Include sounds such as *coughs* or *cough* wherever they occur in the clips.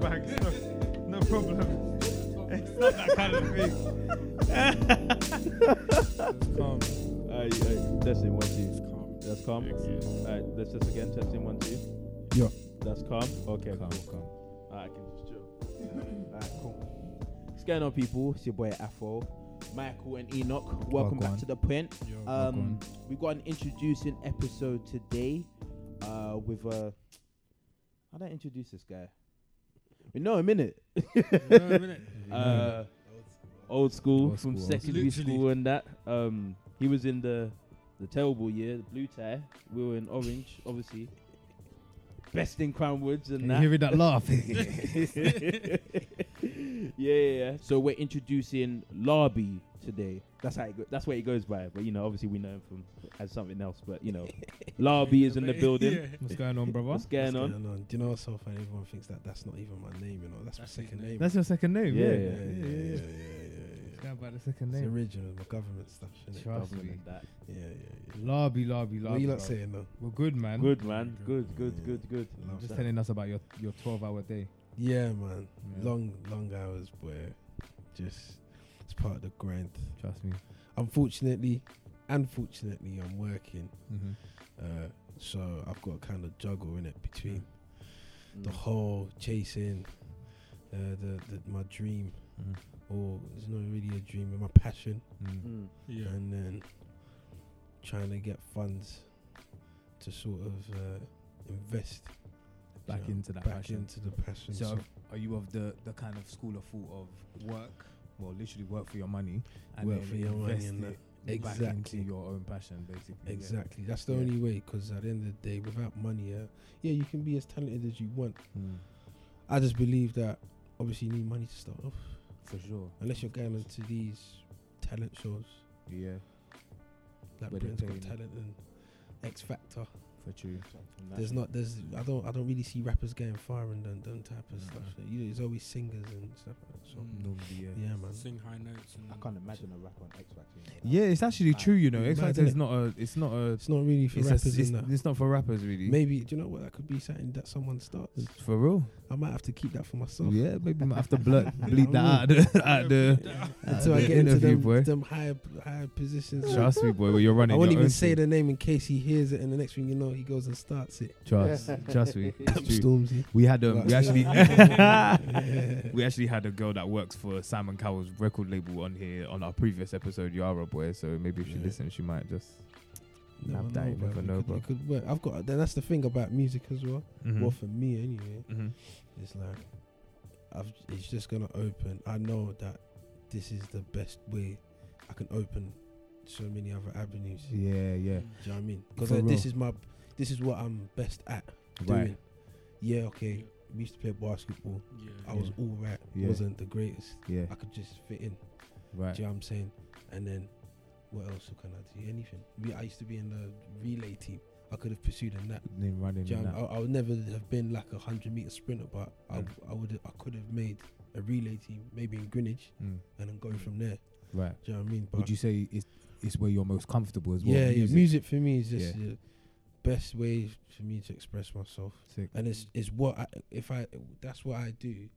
back, so no problem. It's not that kind of thing. Um, *laughs* Calm. *laughs* Alright, alright, testing one two. Calm. That's calm. Alright, let's test again. Testing one two. Yeah. That's calm. Okay, Calm, cool. calm. Alright, I can just chill. Alright, cool. What's going on, people? It's your boy Afro, Michael, and Enoch. Welcome back Wagwan. to the point. Um, Wagwan. we got an introducing episode today uh, with a. How do I introduce this guy? We know him in Uh, old school Old school, from old secondary school. school and that. Um, he was in the the terrible year, the blue tie. We were in orange, obviously. Best in Crown Woods and Can that. you hear that laugh? *laughs* yeah, *laughs* yeah, yeah. So we're introducing Larby today. That's how it go- that's what he goes by. But you know, obviously we know him from as something else. But you know, Larby is in *laughs* the building. What's going on, brother? What's going on? Do you know what's so funny? Everyone thinks that that's not even my name, you know. That's, That's my his second name. name. That's your second name. Yeah, Yeah, yeah, yeah, yeah, yeah, yeah, yeah, It's yeah, yeah. going by the second It's name. original, my government stuff. Innit? Trust Government me. and that. Yeah, yeah, yeah. Larby, larby, larby. What are you not larby. saying though? We're good, man. Good man. Good, good, Yeah. good, good. Love Just that. telling us about your your 12 hour day. Yeah, man. Yeah. Long, long hours, boy. Just, it's part of the grind. Trust me. Unfortunately, unfortunately, I'm working, Mm-hmm. uh, so I've got to kind of juggle in it between the Mm. whole chasing, uh, the, the my dream, Mm-hmm. or it's not really a dream, but my passion. Mm-hmm. Mm. Mm. Yeah. and then trying to get funds to sort of uh, invest Back you know, into that back passion. into the passion. So, So, are you of the, the kind of school of thought of work? Well, literally work for your money and work then for your money invest and it that. back into Exactly. your own passion, basically. yeah. Exactly. That's the Yeah. only way. Because at the end of the day, without money, uh, yeah, you can be as talented as you want. Mm, I just believe that obviously you need money to start off, for sure. unless you're going into these talent shows Yeah, like Where they Britain's Got paying you. Talent and X Factor. for true. Nah. There's not. There's. I don't. I don't really see rappers getting fire and done, done type of Mm. stuff. You know, there's always singers and stuff. Like that. So Mm. Normally, yeah. yeah, man. Sing high notes. And I can't imagine a rap on X Factor. Yeah, it's actually true. You know, Mad, X Factor is innit? not a. It's not a. It's not really for It's, a- rappers it's, and that. it's not for rappers really. Maybe do you know what that could be something that someone starts. For real. I might have to keep that for myself Yeah, maybe might have to *laughs* blur, bleed I that out of the, *laughs* out of the until out of I the get into interview, them, boy. them higher higher positions. Trust me, boy. Where you're running. I won't your even own say shit. the name in case he hears it, and the next thing you know, he goes and starts it. Trust, trust *laughs* me. It's true. Stormzy. We had um, we That's- actually *laughs* Yeah. we actually had a girl that works for Simon Cowell's record label on here on our previous episode, Yara boy. So maybe if she Yeah. listens, she might just. Never Nah, that you bro. never It know, could- bro. Mm-hmm. it could work. I've got. Then that's the thing about music as well. Well, for me anyway, hmm it's like I've. It's just gonna open. I know that this is the best way I can open so many other avenues. Yeah, yeah. Do you know what I mean? Because For like, this real. is my, this is what I'm best at doing. Right. Yeah, okay. We used to play basketball. I was all right. Yeah. Wasn't the greatest. Yeah. I could just fit in. Right. Do you know what I'm saying? And then, what else can I do? Anything. We, I used to be in the relay team. I could have pursued in that. Then running. Do you and know what that. I, mean? I, I would never have been like a hundred meter sprinter, but I, Mm. I would, I could have made a relay team, maybe in Greenwich, Mm. and then go from there. Right. Do you know what I mean? But Would you say it's, it's where you're most comfortable as well? yeah, yeah. music? Music for me is just Yeah. the best way for me to express myself, Sick. and it's it's what I, if I that's what I do.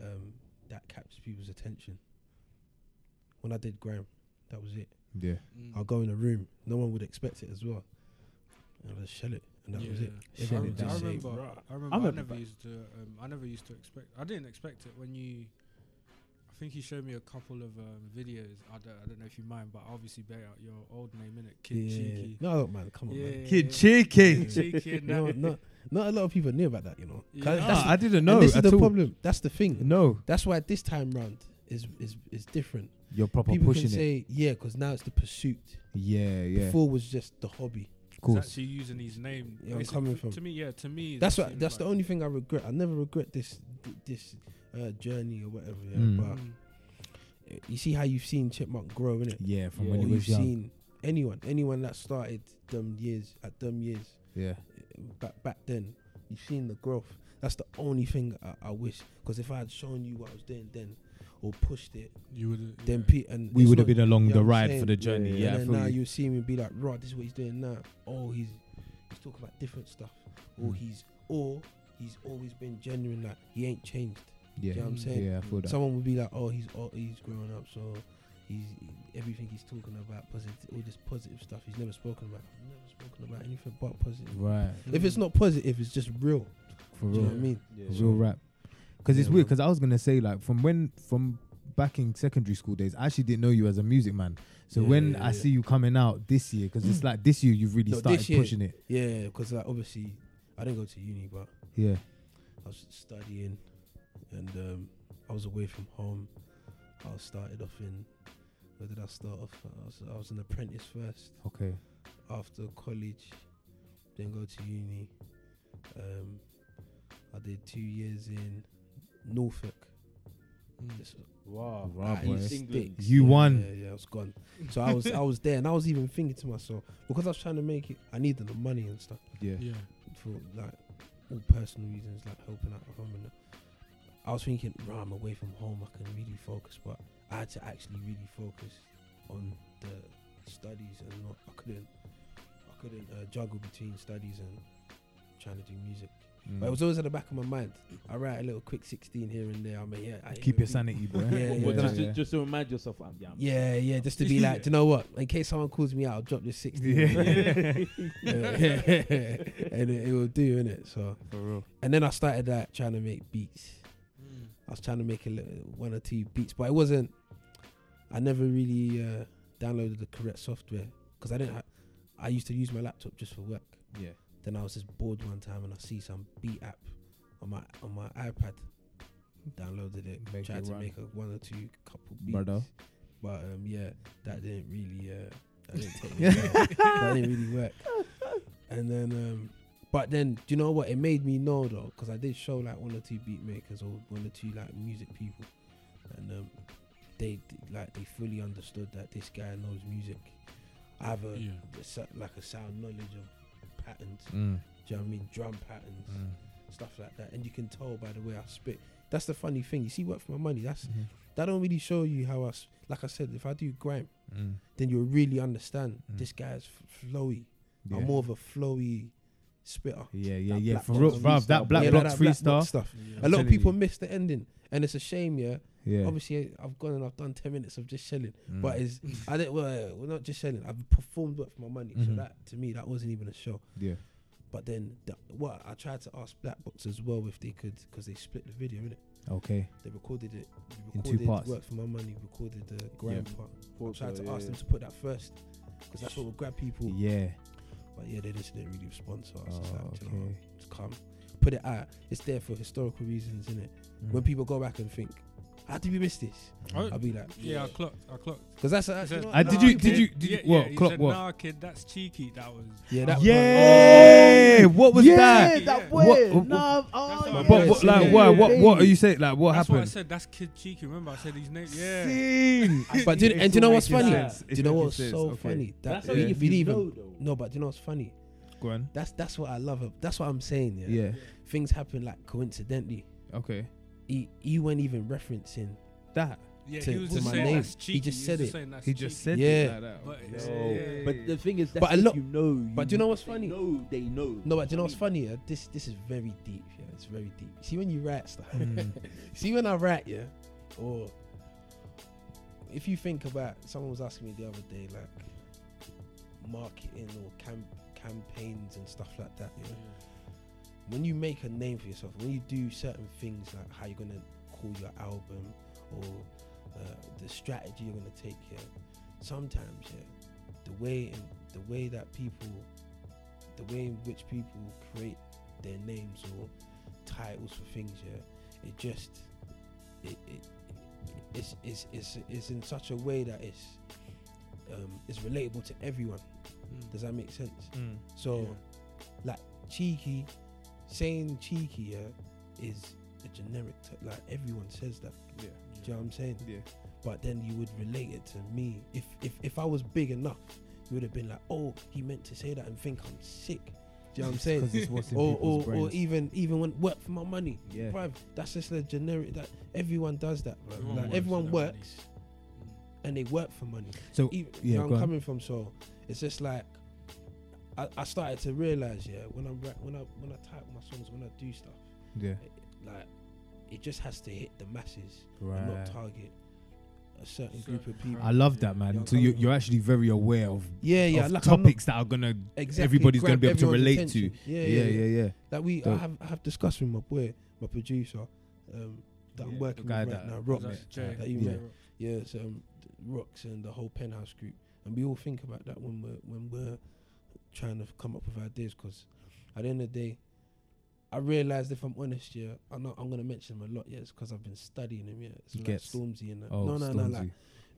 Um, that captures people's attention. When I did Graham, that was it. Yeah. I'll go in a room. No one would expect it as well. And I'll just shell it, and that was it. Yeah. I, Everyone would rem- I just say, remember. "Bruh." I remember. I, remember never that. used to. Um, I never used to expect. I didn't expect it when you. I think you showed me a couple of um, videos. I don't. I don't know if you mind, but I obviously bear out your old name in it, Kid Yeah. Cheeky. No, man, come on, man. Yeah, Kid yeah. Cheeky. Kid Cheeky. and No, that. not not a lot of people knew about that, you know. 'Cause Yeah. that's No, the- I didn't and know. This is at the all. problem. That's the thing. No, That's why this time round is is is different. you're proper people pushing can it. say yeah because now it's the pursuit yeah, yeah. before was just the hobby Of It's course. actually using his name. Yeah, I'm Basically, coming f- from- To me, yeah. To me, that's that what seems that's the like- only thing i regret i never regret this this uh, journey or whatever yeah? Mm. but Mm. you see how you've seen chipmunk grow in it Yeah, from Yeah. when or you you've was young. seen anyone anyone that started them years at them years yeah. uh, back back then you've seen the growth that's the only thing i, I wish because if i had shown you what i was doing then or pushed it You would. then Pete and We it's would have not- been along you the know what I'm ride saying? for the journey. Yeah, Yeah, yeah, I and feel then now you. you. will see me be like, right, this is what he's doing now. Oh, he's he's talking about different stuff, or Mm. he's or he's always been genuine. Like he ain't changed. Yeah, you know what I'm saying? yeah, I feel that. Someone would be like, "Oh, he's oh, he's grown up, so he's everything he's talking about positive, all this positive stuff. He's never spoken about. I've never spoken about anything but positive. right, If Mm. it's not positive, it's just real. for Do you real, know what I mean? for real rap. Because it's Yeah, weird. man. Because I was gonna say like from when from back in secondary school days, I actually didn't know you as a music man. So Yeah, when yeah, I yeah. see you coming out this year, because it's like this year you've really No, this started year. pushing it. Yeah, because like obviously, I didn't go to uni, but Yeah, I was studying, and um, I was away from home. I started off in. Where did I start off? I was, I was an apprentice first. okay, after college, then go to uni. Um, I did two years in Norfolk. Mm. Just- Wow. Wow, that boy. is England. sticks. You Yeah, won. Yeah, yeah, I was gone. So I was, I was there, and I was even thinking to myself because I was trying to make it. I needed the money and stuff yeah, Yeah. for like all personal reasons, like helping out at home. And that. I was thinking, right, I'm away from home. I can really focus, but I had to actually really focus on the studies, and not I couldn't, I couldn't uh, juggle between studies and trying to do music. Mm. Mm. But it was always at the back of my mind. I write a little quick 16 here and there. I'm a yeah. I keep hear your a beat. sanity, boy. Yeah, yeah, Well, yeah. just, just, just to remind yourself, I'm yeah. I'm- *laughs* Yeah, yeah, just to be like, do you know what? In case someone calls me out, I'll drop this 16. *laughs* Yeah. *laughs* and it, it will do, innit? So, For real. and then I started like trying to make beats. Mm. I was trying to make a little, one or two beats, but it wasn't. I never really uh, downloaded the correct software because I didn't. Ha- I used to use my laptop just for work. Yeah. Then I was just bored one time and I see some beat app on my on my iPad. Downloaded it, Make tried it to run. make a one or two couple beats. Brother. But um, yeah, that didn't really uh, that, didn't *laughs* take me well. that didn't really work. And then, um, but then, do you know what? It made me know though, because I did show like one or two beat makers or one or two like music people, and um, they they- like they fully understood that this guy knows music. I have a, Yeah. a sa- like a sound knowledge of patterns. Mm. Do you know what I mean? Drum patterns, Mm. stuff like that, and you can tell by the way I spit. That's the funny thing. You see, work for my money. That's that don't really show you how I s- like I said. If I do grime, Mm. then you'll really understand Mm. this guy's f- flowy. Yeah. I'm more of a flowy spitter. yeah, yeah, that yeah. black For real, box bruv. That freestyle, black Yeah, like blocks that black freestyle. box stuff. Yeah. A lot telling of people miss the ending, and it's a shame. Yeah, Yeah. obviously I've gone and I've done ten minutes of just shelling, Mm. but it's I didn't. Well, we're not just shelling. I've performed work for my money, so Mhm. that to me that wasn't even a show. yeah, But then the, what I tried to ask Black Box as well if they could, because they split the video in it. okay. They recorded it. In two They recorded parts. Work for my money. Recorded the grime part. I Thought tried so, to yeah, ask them yeah. to put that first, because that's what will grab people. Yeah. But yeah, they just didn't really respond to us. Oh, It's like, do you know, okay. what, just come, put it out. It's there for historical reasons, innit? When Mm. people go back and think, how did we miss *laughs* this? Oh, I'll be like, yeah, I clocked. I clocked. because that's a, He you said, know Ah, what, did nah, you- did I- kid, you- did you- yeah, what, yeah, he clock said, what? Nah, kid, that's cheeky. That was. Yeah, that that was Yeah. What was yeah, that? Yeah. that What- way. what- Nah, oh, That's yeah. what- But what, like, Yeah. why? What? What are you saying? Like, what That's what I happened? said. That's kid cheeky. Remember, I said his name. Yeah. *laughs* Seen. But do you- and do you know what's funny? sense. Do you know what's so funny? That That's yeah. only if you believe know, him. though. No, but do you know what's funny? Go on. That's that's what I love. ab- That's what I'm saying. Yeah, Yeah. things happen like coincidentally. Okay. He, he weren't even referencing. That Yeah, To- he was to just my saying name. that's He cheeky. just was said it. saying that's he just cheeky. said Yeah. it like that. Oh. But it's- No. Yeah. *laughs* But the thing is, that's But a if lot- you know. but do you know what's they funny? Know, they know. No, but do you know what's funny? Yeah? This this is very deep. Yeah, it's very deep. See when you write stuff. Mm. See when I write, yeah, or if you think about, someone was asking me the other day, like marketing or cam- campaigns and stuff like that. You know, when you make a name for yourself, when you do certain things like how you're gonna call your album or uh, the strategy you're gonna take here, sometimes yeah, the way and the way that people, the way in which people create their names or titles for things, yeah, it just it, it it's, it's it's it's in such a way that it's um, it's relatable to everyone. Mm. Does that make sense? So, like cheeky, saying cheeky yeah, is a generic. T- like everyone says that. Yeah. Mm. Do you know what I'm saying? Yeah. But then you would relate it to me. If if if I was big enough, you would have been like, oh, he meant to say that and think I'm sick. Do *laughs* you know what I'm saying? *laughs* Because it's what's in Or people's or, brains. or even even when work for my money, yeah. bruv. That's just a generic. That everyone does that. bruv. Everyone works for Like, everyone their money. works and they work for money So even, Yeah, go yeah, e-, I'm on. coming from. So it's just like I, I started to realize, yeah, when I'm ra- when I when I type my songs, when I do stuff, Yeah. Like it just has to hit the masses and Right. not target a certain group of Certain people. I love that, Yeah, man. So you, I'm- you're actually very aware of, yeah, yeah. of like, I'm not topics that are gonna. exactly everybody's gonna grab be able to everyone's relate to. attention. Yeah, Yeah, yeah, yeah. That we I Dope. have I have discussed with my boy, my producer, um, that I'm Yeah, working the with guy right that- now, Is Rocks. that Jay? that you Yeah. met. yeah, so um, th- Rocks and the whole penthouse group, and we all think about that when we're when we're trying to come up with ideas. Because at the end of the day, I realized if I'm honest, yeah, I'm not I'm gonna mention him a lot, yeah, it's because I've been studying him, yeah, it's He like gets- Stormzy and that. Oh, no, no, Stormzy. no, like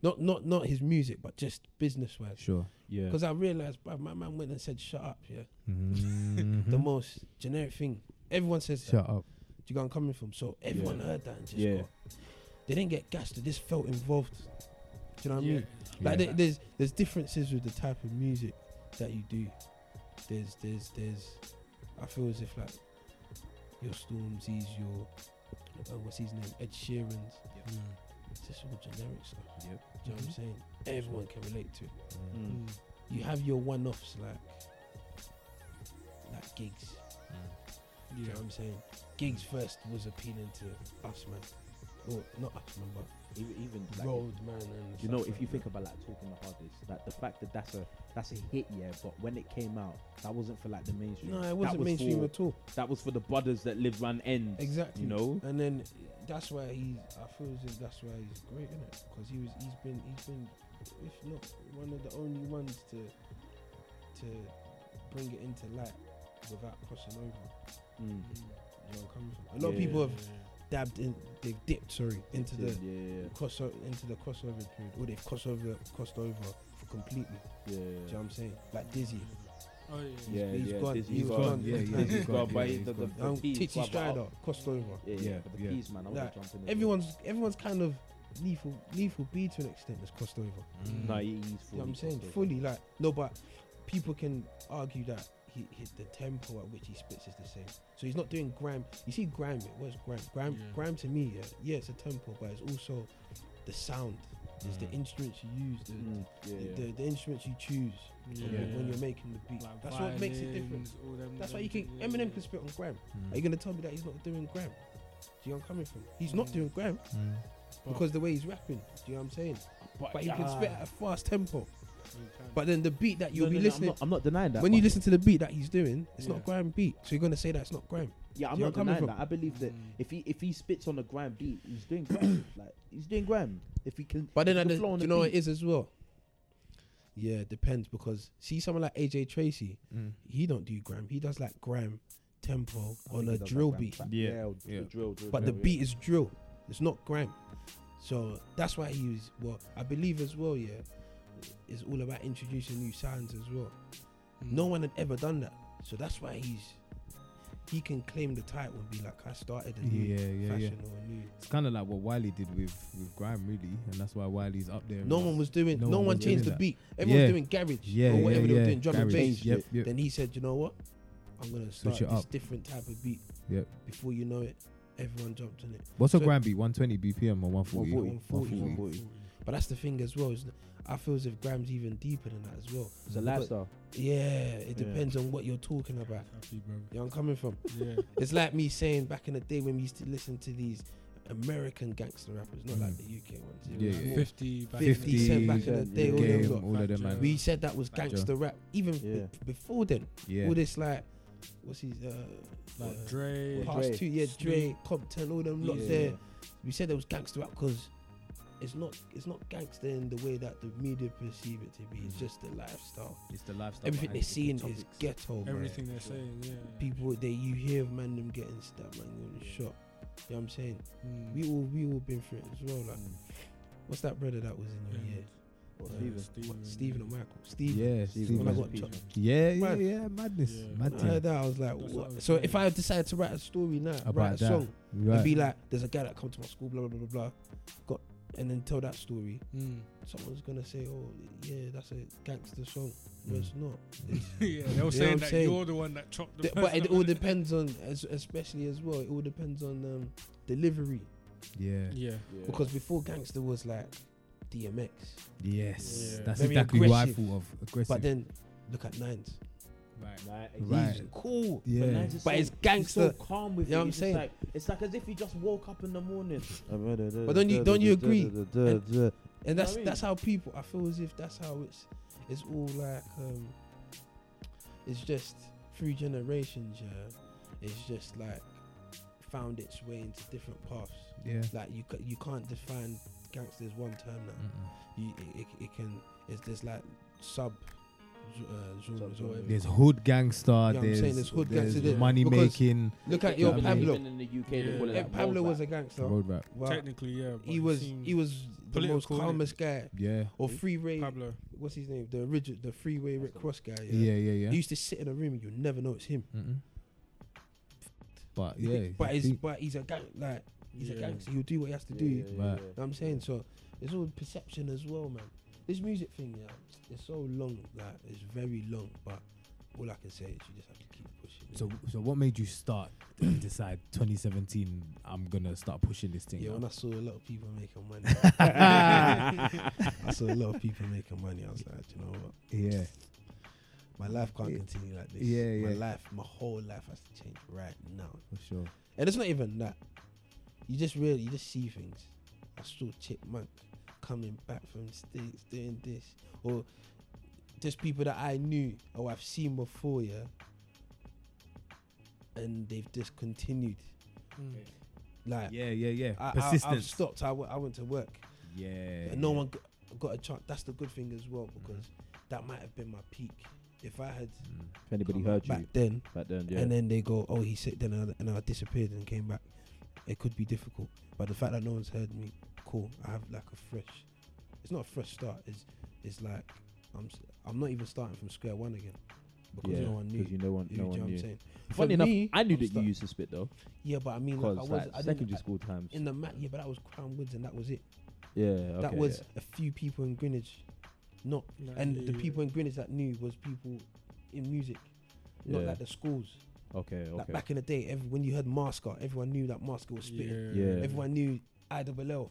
not not not his music, but just business wise. *laughs* Sure. Yeah. Because I realized, bruv, my man went and said, "Shut up," yeah, Mhm. the most generic thing. Everyone says that. Shut up. Do you get where I'm coming from? So everyone Yeah. heard that and just Yeah. got- they didn't get gassed. They just felt involved. Do you know what I mean? Like Yeah. there- there's there's differences with the type of music that you do. There's there's there's I feel as if like your Stormzy's your uh, what's his name Ed Sheeran's. It's just all generic stuff. Yep. Do you know what I'm saying? Mm-hmm. Everyone can relate to it. Mm. Mm. You have your one-offs like like gigs. Do you know what I'm saying? Gigs first was appealing to us man, or not us man, but Even, even like, road man and you know, stuff if like you that. think about like talking the hardest, like the fact that that's a that's a hit, yeah. But when it came out, that wasn't for like the mainstream. no, That it wasn't was mainstream for- at all. that was for the budders that live round ends. Exactly. You know. And then that's why he, I feel as if that's why he's great in it because he was, he's been, he's been, if not one of the only ones to, to bring it into light without crossing over. Mm. You know what I'm coming from? A lot of Yeah. people have dabbed in, they've dipped, sorry, into the yeah, crossover, into the crossover period, or they've crossed over, crossed over for completely. yeah, Do you know what I'm saying? Like Dizzy, Oh yeah. yeah, yeah. he's gone, Dizzy he's Gone, gone, yeah, yeah, yeah, he's Dizzy gone, Gone, yeah, but he's the- the- gone. the um, peas, Titty brother, Strider up. crossed over. Yeah, yeah, Yeah, but the yeah. peas, man. I Like, was jumping. as well. Everyone's, everyone's kind of lethal, lethal B to an extent has crossed over. Mm. No, he- he's You fully. know what I'm saying? crossover. Fully, like, no, but people can argue that he, he, the tempo at which he spits is the same. So he's not doing grime. You see, grime, it was grime. Grime, Yeah. grime to me, yeah, yeah, it's a tempo, but it's also the sound, it's the Mm. instruments you use, the, Mm, yeah, the, yeah. the, the instruments you choose Yeah. when Yeah. you're- when you're making the beat. Like That's what makes it violins, different. all them- That's why them you can, things, yeah, Eminem yeah. can spit on grime. Are you Mm. going to tell me that he's not doing grime? Do you know where I'm coming from? He's not Mm. doing grime Mm. But- because the way he's rapping. Do you know what I'm saying? But, he can spit ah. at a fast tempo. You can. But then the beat that No, you'll no, be no, I'm listening not- I'm not denying that. when you but- listen to the beat that he's doing, it's Yeah. not grime beat. So you're gonna say that's not grime. yeah, I'm not you know where I'm coming denying that. I believe that Mm. if he if he spits on a grand beat, he's *coughs* doing gram. like he's doing gram. If he can, But then if at he the, can flow do on the you know what beat. it is as well. Yeah, it depends because see someone like AJ Tracy, Mm. he don't do grime. He does like grime tempo I on think he a does like drill gram beat, track. Yeah, or- or yeah. drill, drill, but the drill, yeah. beat is drill. It's not grime. So that's why he was well. I believe as well. Yeah, it's all about introducing new sounds as well. Mm. No one had ever done that. So that's why he's he can claim the title and be like, I started a new Yeah, yeah, yeah. fashion or a new It's kind of like what Wiley did with with grime, really, and that's why Wiley's up there. No one was doing. No, No one, one was doing changed the that. beat. Everyone was Yeah. doing garage yeah, or yeah, whatever they yeah. were doing, drum and Garage. bass. Yep, yep. Then he said, "You know what? I'm gonna start Switch it this up." different type of beat." Yep. Before you know it, everyone jumped on it. What's a So- grime beat? 120 BPM or 140? 140, 140. 140. But that's the thing as well. Is I feel as if Graham's even deeper than that as well. It's a Because- lifestyle. Yeah, it Yeah. depends on what you're talking about. Happy, *laughs* bro. You know where I'm coming from. Yeah. It's like me saying back in the day when we used to listen to these American gangster rappers, not like Mm. the UK ones. It Yeah, was yeah. more- Fifty. Back 50 in Cent the back day. in the Yeah. day. all them Game, lot. all of them, man. We said that was Like gangster rap, even b- Yeah. before then. Yeah. All this like, what's his uh, Like uh, Dre. Yeah. past Dre. two, yeah, Snoop. Dre, Compton, all them lot Yeah. there. We said it was gangster rap because it's not it's not gangster in the way that the media perceive it to be. It's Mhm. just the lifestyle. It's the lifestyle. Everything they're behind it, seeing the is topics. ghetto. man. Everything they're saying. Yeah. People that you hear of man them getting stabbed, man, getting shot. You know what I'm saying? Mm. We all we all been through it as well. Like, what's that brother that was in your Yeah. year? Or Yeah. Steven. What, Stephen or Michael? Stephen. Yeah, Steven. When I Steven. got Yeah. chopped. Yeah, yeah, Mad. yeah. Madness. Yeah. Mad When I thing. heard that, I was like, That's what? what I was so if saying. I decided to write a story now, write a About that. song, Right. and *laughs* be like, there's a guy that come to my school, blah blah blah blah, blah, got, and then tell that story, Mm. *laughs* someone's gonna say, oh yeah, that's a gangster song. No, Mm. it's not. yeah, You they know were what saying I'm that saying? you're the one that chopped the. Th- but it person all *laughs* up. depends on, as, especially as well, it all depends on um, delivery. Yeah. Yeah. Yeah. Because before gangster was like DMX, Yes. Yeah. That's Very exactly what I aggressive. thought of. Aggressive. but then look at Nines. Right. Right. Right. He's cool. Yeah. Nice But it's so gangster. calm with You know it. He's what I'm just saying? Like, it's like as if he just woke up in the morning. But don't you- don't you agree? And that's I mean- that's how people. I feel as if that's how it's it's all like um it's just through generations. Yeah, it's just like found its way into different paths. Yeah. Like you ca- you can't define gangsters one term now. You it, it, it can it's there's like sub z- uh, genres or whatever. There's hood gangster. I'm there's saying there's hood gangster, there's- money because- making. Look at your I mean- Pablo. Even in the UK, they Yeah. call it Yeah, like Pablo rollback. was a gangster. road rap. Well, Technically, yeah. But he was seemed- he was the most political, innit? calmest guy. Yeah. Or freeway, Pablo. what's his name? The original, the freeway Rick Cross guy. Yeah. Yeah. Yeah. He used to sit in a room and you'll never know it's him. Mm-mm. But yeah. but you he's think- but he's a gang like he's a Yeah. gangster. He'll do what he has to Yeah, do. yeah, You yeah, Right. yeah. know what I'm saying? So it's all perception as well, man. This music thing, yeah, it's so long, like it's very long, but all I can say is you just have to keep pushing. it. So, so what made you start and decide 2017? I'm gonna start pushing this thing. yeah, *laughs* out? when I saw a lot of people making money, I saw a lot of people making money. I was like, "Do you know what, yeah. my life can't Yeah. continue like this. Yeah, my yeah. life, my whole life has to change right now. For sure. And it's not even that. You just really, you just see things. I saw Chipmunk coming back from the States doing this. Or just people that I knew or I've seen before, yeah. And they've just continued. Mm. Like, Yeah. Yeah. Yeah. I, I, I've Persistence. stopped. I, w- I went to work. yeah. and no yeah. Mm-hmm. one got, got a chance. That's the good thing as well because that might have been my peak. If I had Mm. If anybody come heard you back then, back then, yeah. and then they go, "Oh, he said then," I, and I disappeared and came back. It could be difficult, but the fact that no one's heard me, cool. I have like a fresh. It's not a fresh start. It's it's like I'm s- I'm not even starting from square one again because yeah, no one knew. 'cause you know one, You no know one what I'm knew. saying? For Funny enough, me, I knew I'm that you stuck. used to spit though, Yeah, but I mean, like, I because was like, I didn't, secondary I- school times. in the mat. Yeah, but that was Crown Woods, and that was it. yeah, okay, that was yeah. a few people in Greenwich, not Like, and yeah, the yeah. people in Greenwich that knew was people in music, not Yeah. like the schools. okay, Like okay. *laughs* back in the day, every, when you heard Mascot, everyone knew that Mascot was spitting. Yeah. Everyone knew Ida Below,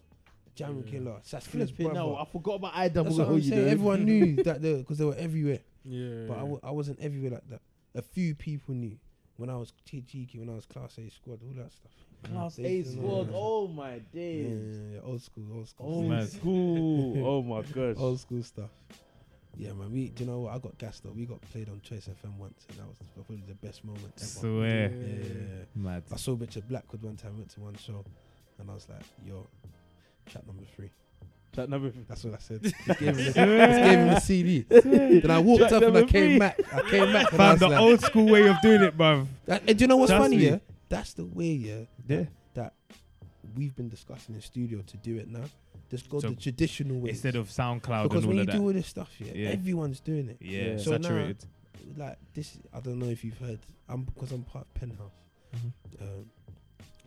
Jam Yeah. Killer, Sass Killer's Flipping brother. no, I forgot about I That's double. what I'm saying. Everyone *laughs* *laughs* knew that because they were everywhere. Yeah. But I, w- I wasn't everywhere like that. A few people knew when I was t- cheeky, when I was Class A squad, all that stuff. Class They A used to know squad. that. Oh my Yeah, days. yeah, yeah, old school, old school, Old Mad. school. oh *laughs* my gosh. old school stuff. Yeah, man. We, do you know what? I got gassed though. We got played on Choice FM once, and that was probably the best moment ever. Swear. yeah, yeah, yeah. Mad. I saw Richard Blackwood one time. Went to one show, and I was like, "Yo, track number three. That number. That's what I said. Just gave him the, just gave him the CD. Then I walked up and I came back. I came back. And I Fam, was the like, old school way of doing it, bruv. That- and do you know what's That's funny? me. Yeah, that's the way. Yeah, Yeah. we've been discussing in studio to do it now. Just go So the traditional way Instead of SoundCloud because and all when you of that. do all this stuff, yeah, Yeah. everyone's doing it. yeah. Yeah. So now- saturated. Like this, I don't know if you've heard. I'm because I'm part of Penthouse. Um,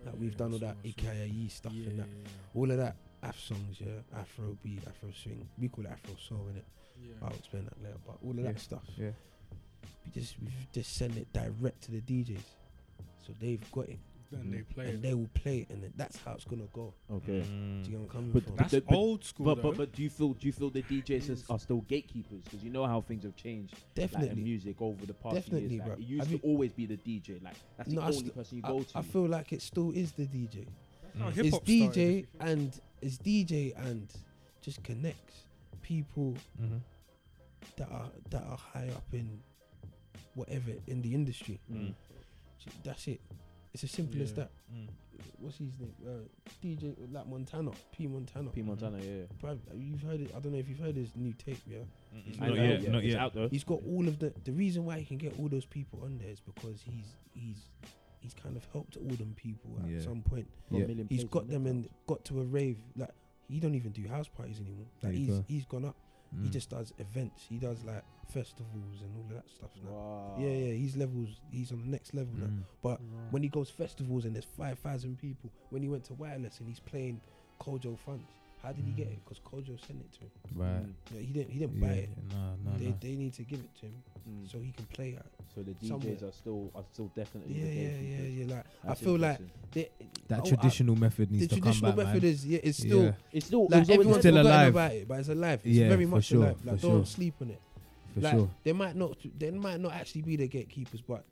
like we've done all that EKIE stuff and that, all of that. Af songs, yeah, Afro beat, Afro swing. We call it Afro soul, innit? I'll explain that later. But all of that Yeah. stuff, Yeah. we just we just send it direct to the DJs, so they've got it Then they play and it. they will play it, and then that's how it's gonna go. Okay. Mm. Do you know what I'm coming But from? That's But- but- old school. But but though. but do you feel do you feel the DJs is- are still gatekeepers because you know how things have changed like, in definitely. music over the past few Definitely, years. Like, bro. it used Have to you- always be the DJ. Like that's No, the I only st- person you I- go to. I, feel like it still is the DJ. How Mm. It's hip-hop DJ started, if you think. and it's DJ and just connects people Mhm. that are that are high up in whatever in the industry. Mm. That's it. It's as simple as Yeah. that. What's his name? Uh, DJ like Montana, P Montana. P Montana, yeah. Bruv, you've heard it. I don't know if you've heard his new tape. Yeah, Mm-mm. I Not Oh, know, yet. yeah. Not It's yet. out though. he's got all of the. The reason why he can get all those people on there is because he's he's he's kind of helped all them people at Yeah. some point. Got a Yeah. million He's plays got on them Netflix. and got to a rave. Like he don't even do house parties anymore. There Like you he's go. he's gone up. He Mm. just does events. He does like festivals and all of that stuff now. Wow. Yeah, yeah. He's levels. He's on the next level now. Mm. But when he goes festivals and there's 5,000 people, when he went to Wireless and he's playing Kojo Funds, how did he get it? Because Kojo sent it to him. Right. Mm, Yeah, he didn't, he didn't buy Mm. Yeah. it. No, no, They, no. they need to give it to him mm. so he can play it. So the DJs somewhere. are still are still definitely. Yeah, the yeah, yeah, gatekeepers. yeah. Like That's I feel like interesting. they, That oh, I- traditional method needs the to come traditional back, method man. is yeah, it's still Yeah. it's still like it's always everyone's Still still alive alive. about it, but it's alive. It's Yeah, very for much sure, alive. Like for don't sure. sleep on it. for like, sure. They might not. They might not actually be the gatekeepers, but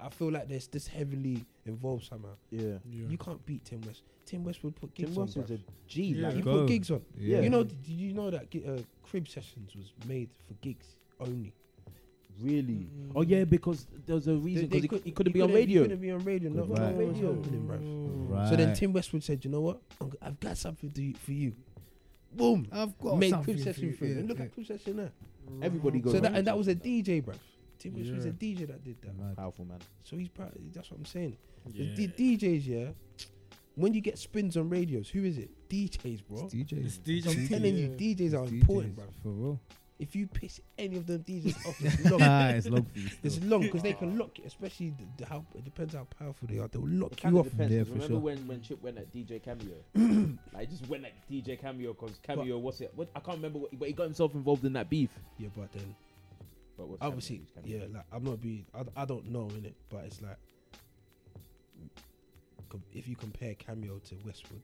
I feel like there's this heavily involved somehow. Yeah. Yeah. You can't beat Tim West. Tim West would put gigs Tim on. West was bruv. a G. Yeah. like, he Go. put gigs on. Yeah. You know? Did you know that gi- uh, crib sessions was made for gigs only? really. Mm. Oh yeah, because there was a reason because it, it couldn't be on radio. It couldn't be on radio. Not Right. not on radio. happening, bruv. So then Tim Westwood said, "You know what? I'm, g- I've got something to, for you." Boom. I've got Made something crib session for for you. you. And look Yeah, at crib session now. Everybody goes. So on that and radio. that was a DJ, bruv. Tim Westwood was a Yeah. DJ that did that. Mad. powerful man. So he's proud. That's what I'm saying. Yeah. The D- DJs, yeah. When you get spins on radios, who is it? DJs, bro. It's DJs. It's DJs. I'm DJs. telling you, Yeah. DJs are It's important, DJs, bro. For real. If you piss any of them DJs off, *laughs* it's *laughs* long. Ah, it's log for you It's still. long because *laughs* they can lock it, especially the, the how it depends how powerful they are. They'll lock It you kinda off. depends, Yeah, 'cause for remember sure. when, when Chip went at DJ Cameo? *clears throat* like, he just went at DJ Cameo because Cameo, what's it? What, I can't remember, what, but he got himself involved in that beef. Yeah, but then But what's Cameo? obviously, Who's Cameo? yeah, like I'm not being, I, I don't know in it, but it's like com- if you compare Cameo to Westwood,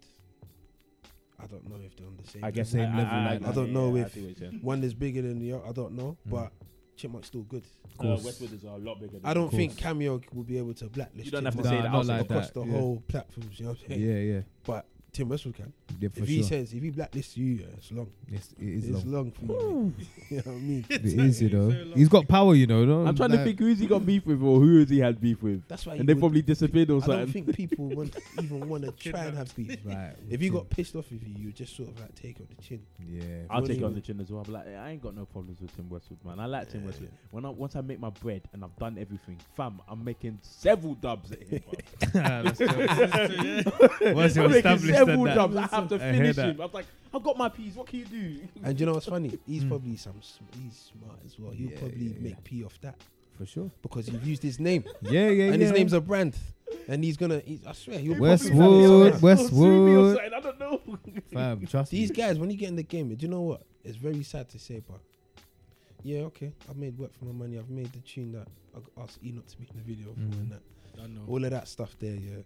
I don't know if they're on the same. I guess level. same I, level, I, like, I, I don't know yeah, I if- see what you're saying. one is bigger than the other. I don't know, Mm. but Chipmunk's still good. uh, course. Westwood is a lot bigger. Than I don't course. think Cameo will be able to blacklist You don't have to Nah, Chipmunk say that. not out loud. like across that. the yeah. whole platforms. You know what I'm saying? Yeah, yeah. But Tim Westwood can. Yeah, for if he sure. says if he blacklists you, yeah, it's long. Yes, it It's, is long. long. for you. mate. *laughs* you know what I mean? It is, you It's know. so long. He's got power, you know. no? I'm trying to Like, think who's he got beef with or who has he had beef with. That's why. you And they would- probably disappeared or I don't something. think people want, *laughs* even want to try and have beef. Right. If you got pissed off with you, you just sort of like take on the chin. Yeah. I'll take What do it you on the mean? chin as well. I'm like, I ain't got no problems with Tim Westwood, man. I like Tim Westwood. When I once I make my bread and I've done everything, fam, I'm making several dubs at *laughs* him. bruv. That's true. Once I'm you're making established at several that- jobs. I have to I hear finish that. him. I'm like, I've got my piece. What can you do? *laughs* And you know what's funny? He's Mm. probably some. sm- He's smart as well. He'll Yeah, probably yeah, make yeah. pee off that For sure. because you've used his name Yeah, yeah, yeah. and his name's a brand, and he's gonna. He's, I swear, he'll probably Westwood, have his own- Westwood. *laughs* Westwood. I don't *laughs* know. Fam, trust These me. guys, when you get in the game, do you know what? It's very sad to say, but yeah, okay, I've made work for my money. I've made the tune that I asked E not to be in the video for, Mhm. and that I know. all of that stuff there, yeah.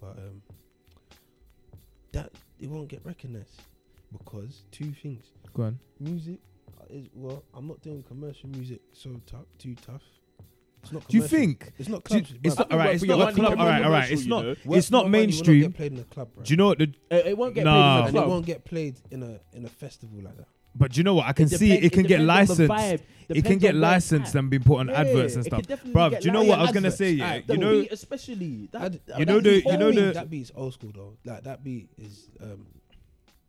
But um, that it won't get recognized because two things: Go on. music is well, I'm not doing commercial music so tough, too tough. It's not. Do you commercial. think? It's not do you- clubs. it's bruv. not- alright, it's not a club- alright, alright, it's not- Work it's for my not money will mainstream. get played in a club, bruv. Do you know what? The, Uh, it won't get Nah. played in and the it club. won't get played in a in a festival like that. but do you know what? I can It see depends- it can get depends on the licensed. vibe, It can depends get on where it's licensed at. and been put on Yeah, adverts and it stuff. could definitely Bruv, get do you know what I was licensed. gonna say? Ah, Yeah, that you The know, beat especially that, I'd- that- you know that's the- you know whole- the- that beat's old school though. Like that beat is um,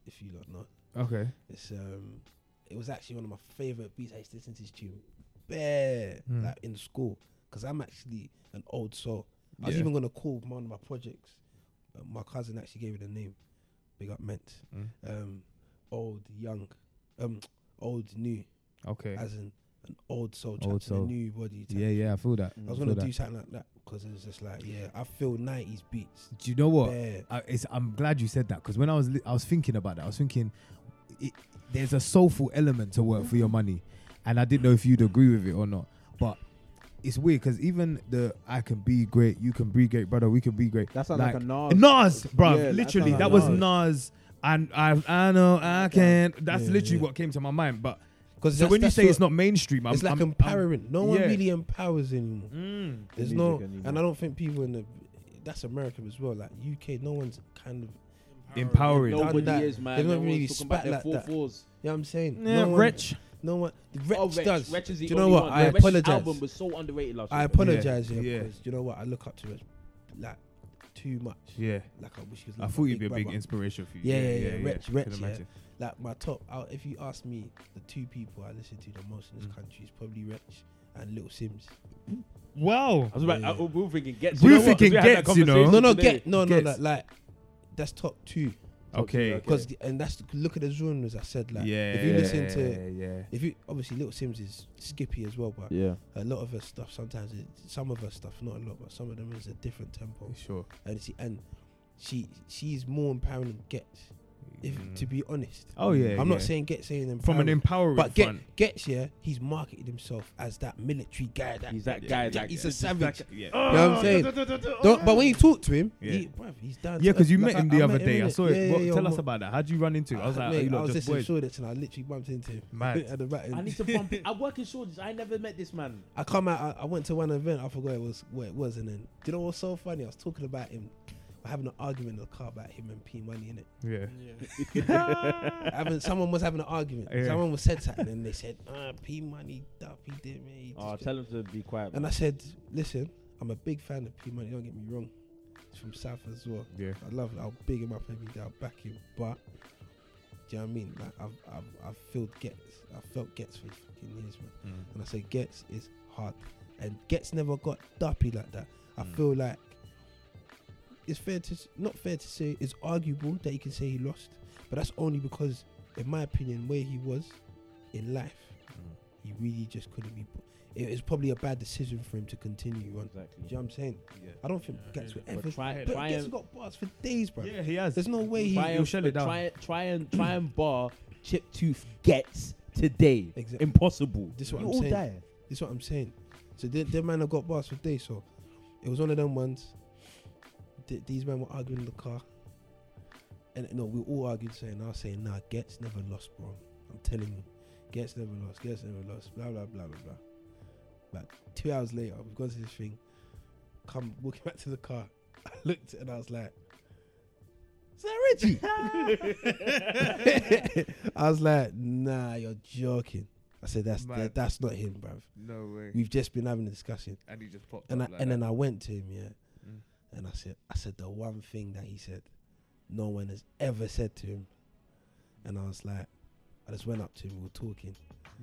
if you don't know, Okay. it's um, it was actually one of my favorite beats. I used to listen to this tune, bare Mm. like in school, because I'm actually an old soul. I was Yeah. even gonna call one of my projects. Uh, my cousin actually gave it a name. Big up meant Mm. um, old young, um, old new, Okay. as in an old soul, Old trapped in soul. a new body. type Yeah, yeah. I feel that. I I was gonna feel do something like that because it was just like, yeah, I feel '90s beats. that. Do you know what? Bare. I, it's, I'm glad you said that because when I was li- I was thinking about that, I was thinking it, there's a soulful element to work for your money, and I didn't know if you'd agree with it or not. But it's weird because even the I can be great, you can be great, brother, we can be great. That sounds like a Nas. Nas, Yeah, bruv, that sounds literally, like that was Nas. And I, I know I can. That's Yeah, literally yeah. what came to my mind. But Because so when you say it's not mainstream, I'm, it's like I'm- I'm- empowering. no one yeah. really empowers anymore. Mm. There's music no, anymore. and I don't think people in the that's America as well. Like UK, no one's kind of. empowering. No. Nobody that. is, man. They've not Everyone's really talking about spat their like four that. fours. You know what I'm saying? Yeah, no one- wretch. No one. The Wretch, Oh, Wretch. does. Wretch is the Do you know only what? one. I The Wretch's apologize. album was so underrated last I year. apologize, yeah. yeah. Because you know what? I look up to Wretch, like too much. Yeah, Like I wish he was. I like thought my you'd be a big brother. inspiration for you. Yeah, yeah, yeah. Wretch, Can Wretch, yeah. imagine. like my top out if you ask me the two people i listen to the most in this Mm. country is probably wretch and little sims Wow. I was about, Yeah. I, we were thinking gets. We you were know what? thinking We had that gets, you know. conversation no no today. get no no Gets. like, like that's top two Okay. Okay. because and that's look at the genres i said like yeah. if you listen to yeah, if you obviously little sims is skippy as well but Yeah. a lot of her stuff sometimes it, some of her stuff not a lot but some of them is a different tempo sure. and she and she she's more empowering than gets If Mm. to be honest, Oh yeah. I'm yeah. not saying Gets here and from an empowerment, empowering Um, but Get, front. Gets yeah, he's marketed himself as that military guy. That He's that guy that- he's a savage. Yeah. You know what I'm "Oh, saying? Don't- but when you talk to him, Yeah. he, bruv, he's down. Yeah, to because you earth. met Like, him the I other met day. I innit? saw it. Yeah, What- yeah, tell yeah, us what- about that. How'd you run into? it? I was like, mate, oh, you I lot was just just in boys. Shoreditch and I literally bumped into him Mad. *laughs* at the back. I end. need to bump it. I work in shorts. I never met this man. I come out. I, I went to one event. I forgot it was what it was, and then do you know what's so funny? I was talking about him. We're having an argument in the car about him and P Money in it. *laughs* Yeah. Yeah. having someone was having an argument. Yeah. Someone was said something, and they said, "Ah, P Money, that P did me." he Oh, just- tell him to be quiet. and Man. I said, "Listen, I'm a big fan of P Money. Don't get me wrong. He's from South as well. Yeah. I love. I'll big him up every day. I'll back him. But do you know what I mean? Like I've I've, I've felt gets. I felt gets for fucking years, man. And I say gets is hard, and gets never got duppy like that. I Mm. feel like it's fair to s- not fair to say it's arguable that you can say he lost, but that's only because, in my opinion, where he was in life, he really just couldn't be. It was probably a bad decision for him to continue on. Do you know Exactly. what I'm saying? Yeah. I don't think Yeah, yeah. Gets would ever. But try, But try Gets and got bars for days, bro. Yeah, he has. There's no way he. try he'll and shut it down. Try, try and try and bar chip tooth gets today. Exactly. Impossible. This is what you I'm all saying. die. That's what I'm saying. So their, their man have got bars for days. So it was one of them ones. Th- these men were arguing in the car, and no, we all argued saying, "I was saying, nah, Gets never lost, bro. I'm telling you, Gets never lost. Gets never lost. Blah blah blah blah blah." Like two hours later, we've gone to this thing. Come walking back to the car, *laughs* I looked and I was like, "Is that Reggie?" *laughs* I was like, "Nah, you're joking." I said, "That's Mad. that's not him, bruv." No way. We've just been having a discussion, And he just popped and I, up like and that. then I went to him, yeah, Mm. and I said, I said the one thing that he said, no one has ever said to him, and I was like, I just went up to him, we were talking.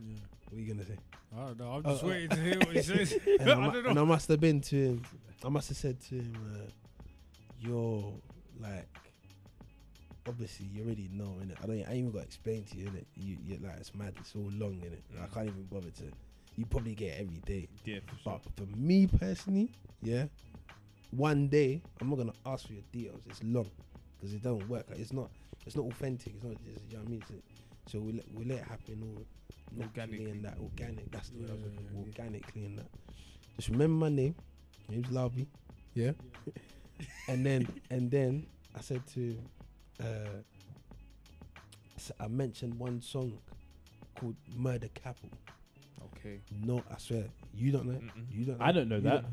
yeah. What are you gonna say? I don't know. I'm just Oh, oh. waiting to hear what he *laughs* says. And I, I mu- don't and know. I must have been to him. I must have said to him, uh, "Yo, like, obviously you already know, innit? I don't, I ain't even got to explain to you, innit? You, you're like, it's mad. It's all long, innit? it. I Mm. can't even bother to. You probably get it every day." Yeah, for sure. But for me personally, yeah, one day I'm not gonna ask for your details. It's long because it don't work. Like, it's not. It's not authentic. It's not. It's, you know what I mean? It's- so we let we let it happen all naturally Organically. and that organic. That's the word I was Yeah, looking yeah, for. yeah. Organically and that. Just remember my name. My name's Larby. Yeah. and then and then I said to, uh, s- I mentioned one song called Murder Capital. Okay. No, I swear you don't know. Mm. it. Mm-mm. You don't. Know I it. don't know You that.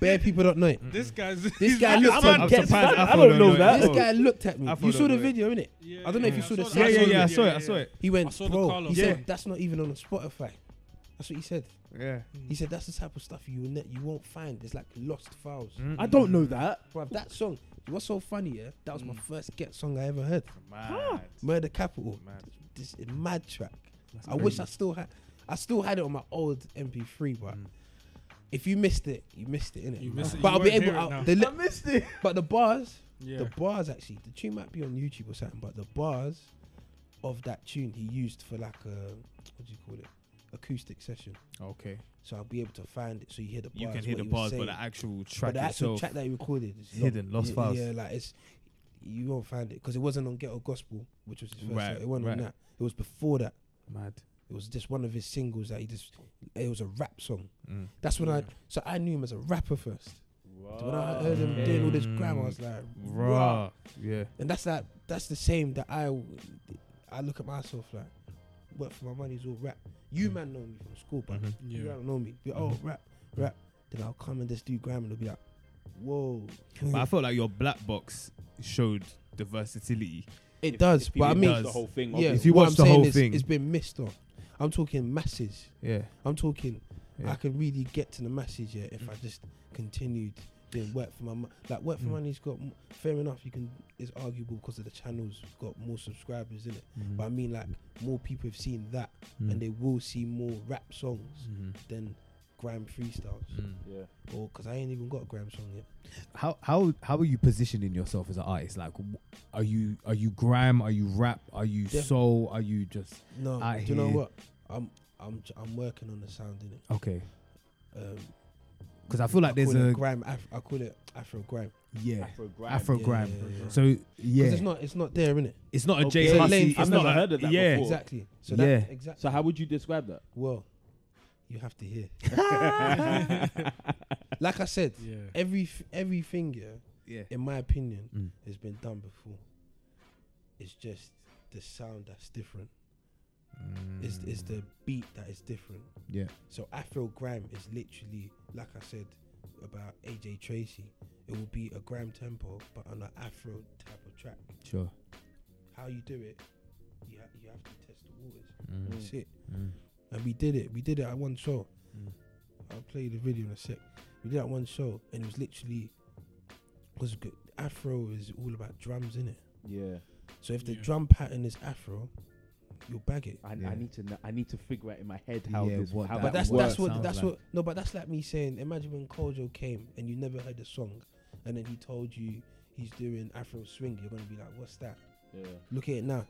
Bare people don't know it. This guy's. This guy I'm looked a at I'm me. guest. surprised I, I Afro don't know don't know that. This guy looked at me. Afro You saw don't the know it. video, innit? I don't know if you saw the Yeah, yeah, I saw yeah. I saw it. it. I saw it. He I went, saw the bro. colour. He Yeah. said that's not even on the Spotify. That's what he said. Yeah. He said that's the type of stuff you will ne- you won't find. It's like lost files, Hmm. I don't know that. Bruv, That song. What's so funny? Yeah, that was my Mm. first get song I ever heard. Mad. Murder Capital. Mad. This is mad track. I wish I still had. I still had it on my old MP3, but Mm. if you missed it, you missed it, innit? Hmm. You missed it. But You I'll be won't able. hear it I'll- now. the li- missed it. but the bars, Yeah. the bars actually the tune might be on youtube or something but the bars of that tune he used for like a what do you call it acoustic session Okay. so i'll be able to find it so you hear the bars You can hear what the he was bars, but saying. the actual But track the actual itself. track that he recorded is hidden, lost yeah, files. yeah like it's you won't find it because it wasn't on ghetto gospel which was his first Right, song. it wasn't on right. that it was before that Mad. it was just one of his singles that he just it was a rap song Mm. that's when i Yeah. so i knew him as a rapper first when i heard him doing all this grammar i was like Mm. raw Raw. Yeah. and that's that. That's the same that I. w- I look at myself like, work for my money is all rap. You Mm. man know me from school, but Mm-hmm. Mhm. yeah. you don't know me. You're, Mhm. Oh, rap, rap. Then I'll come and just do grammar. and They'll be like, whoa. But I felt like your black box showed the versatility. it does, but I mean, does. the whole thing. yeah. If you what watch I'm the saying whole is thing- it's been missed on. I'm talking masses. Yeah. I'm talking. Yeah. I can really get to the masses yeah, if I just continued doing work for my mo- like work for Mm. money's got m- fair enough. You can it's arguable because of the channels got more subscribers in it. Mm-hmm. But I mean, like more people have seen that, Hmm. Mm-hmm. and they will see more rap songs than gram freestyles. Yeah. Hmm. Or because I ain't even got a gram song yet. Mm-hmm. How how how are you positioning yourself as an artist? Like, w- are you are you grime? Are you rap? Are you Yeah. soul? Are you just No, I do you know hear- what? I'm I'm j- I'm working on the sound in it. okay? Um, because I feel like I there's call it a grime. Af- I call it Afro grime. yeah Afro grime. Afro Yeah, grime. yeah, yeah. So 'Cause yeah, it's not. It's not there, innit? it's not a Okay. Jay So Hussey. lane- it's I've not never a- heard of that yeah. before. Exactly. So that, Yeah. Exactly. So how would you describe that? Well, you have *laughs* to hear. like I said, Yeah. every everything, yeah, Yeah. in my opinion, Mm. has been done before. It's just the sound that's different. It's it's the beat that is different. Mm. Yeah. So Afro grime is literally, like I said about AJ Tracy, it will be a grime tempo, but on an Afro type of track. sure. How you do it, you ha- you have to test the waters. Mm. That's it. Mm. And we did it. We did it at one show. Mm. I'll play the video in a sec. We did it at one show, and it was literally was good. Afro is all about drums, in it. Yeah, So if the Yeah. drum pattern is Afro, you'll bag it. I, Yeah. I need to kn- I need to figure out in my head how Yeah, this what how that But that's works. that's what Sounds that's like- what no, but that's like me saying, imagine when Kojo came and you never heard the song, and then he told you he's doing Afro swing. You're gonna be like, what's that? Yeah, Look at it now.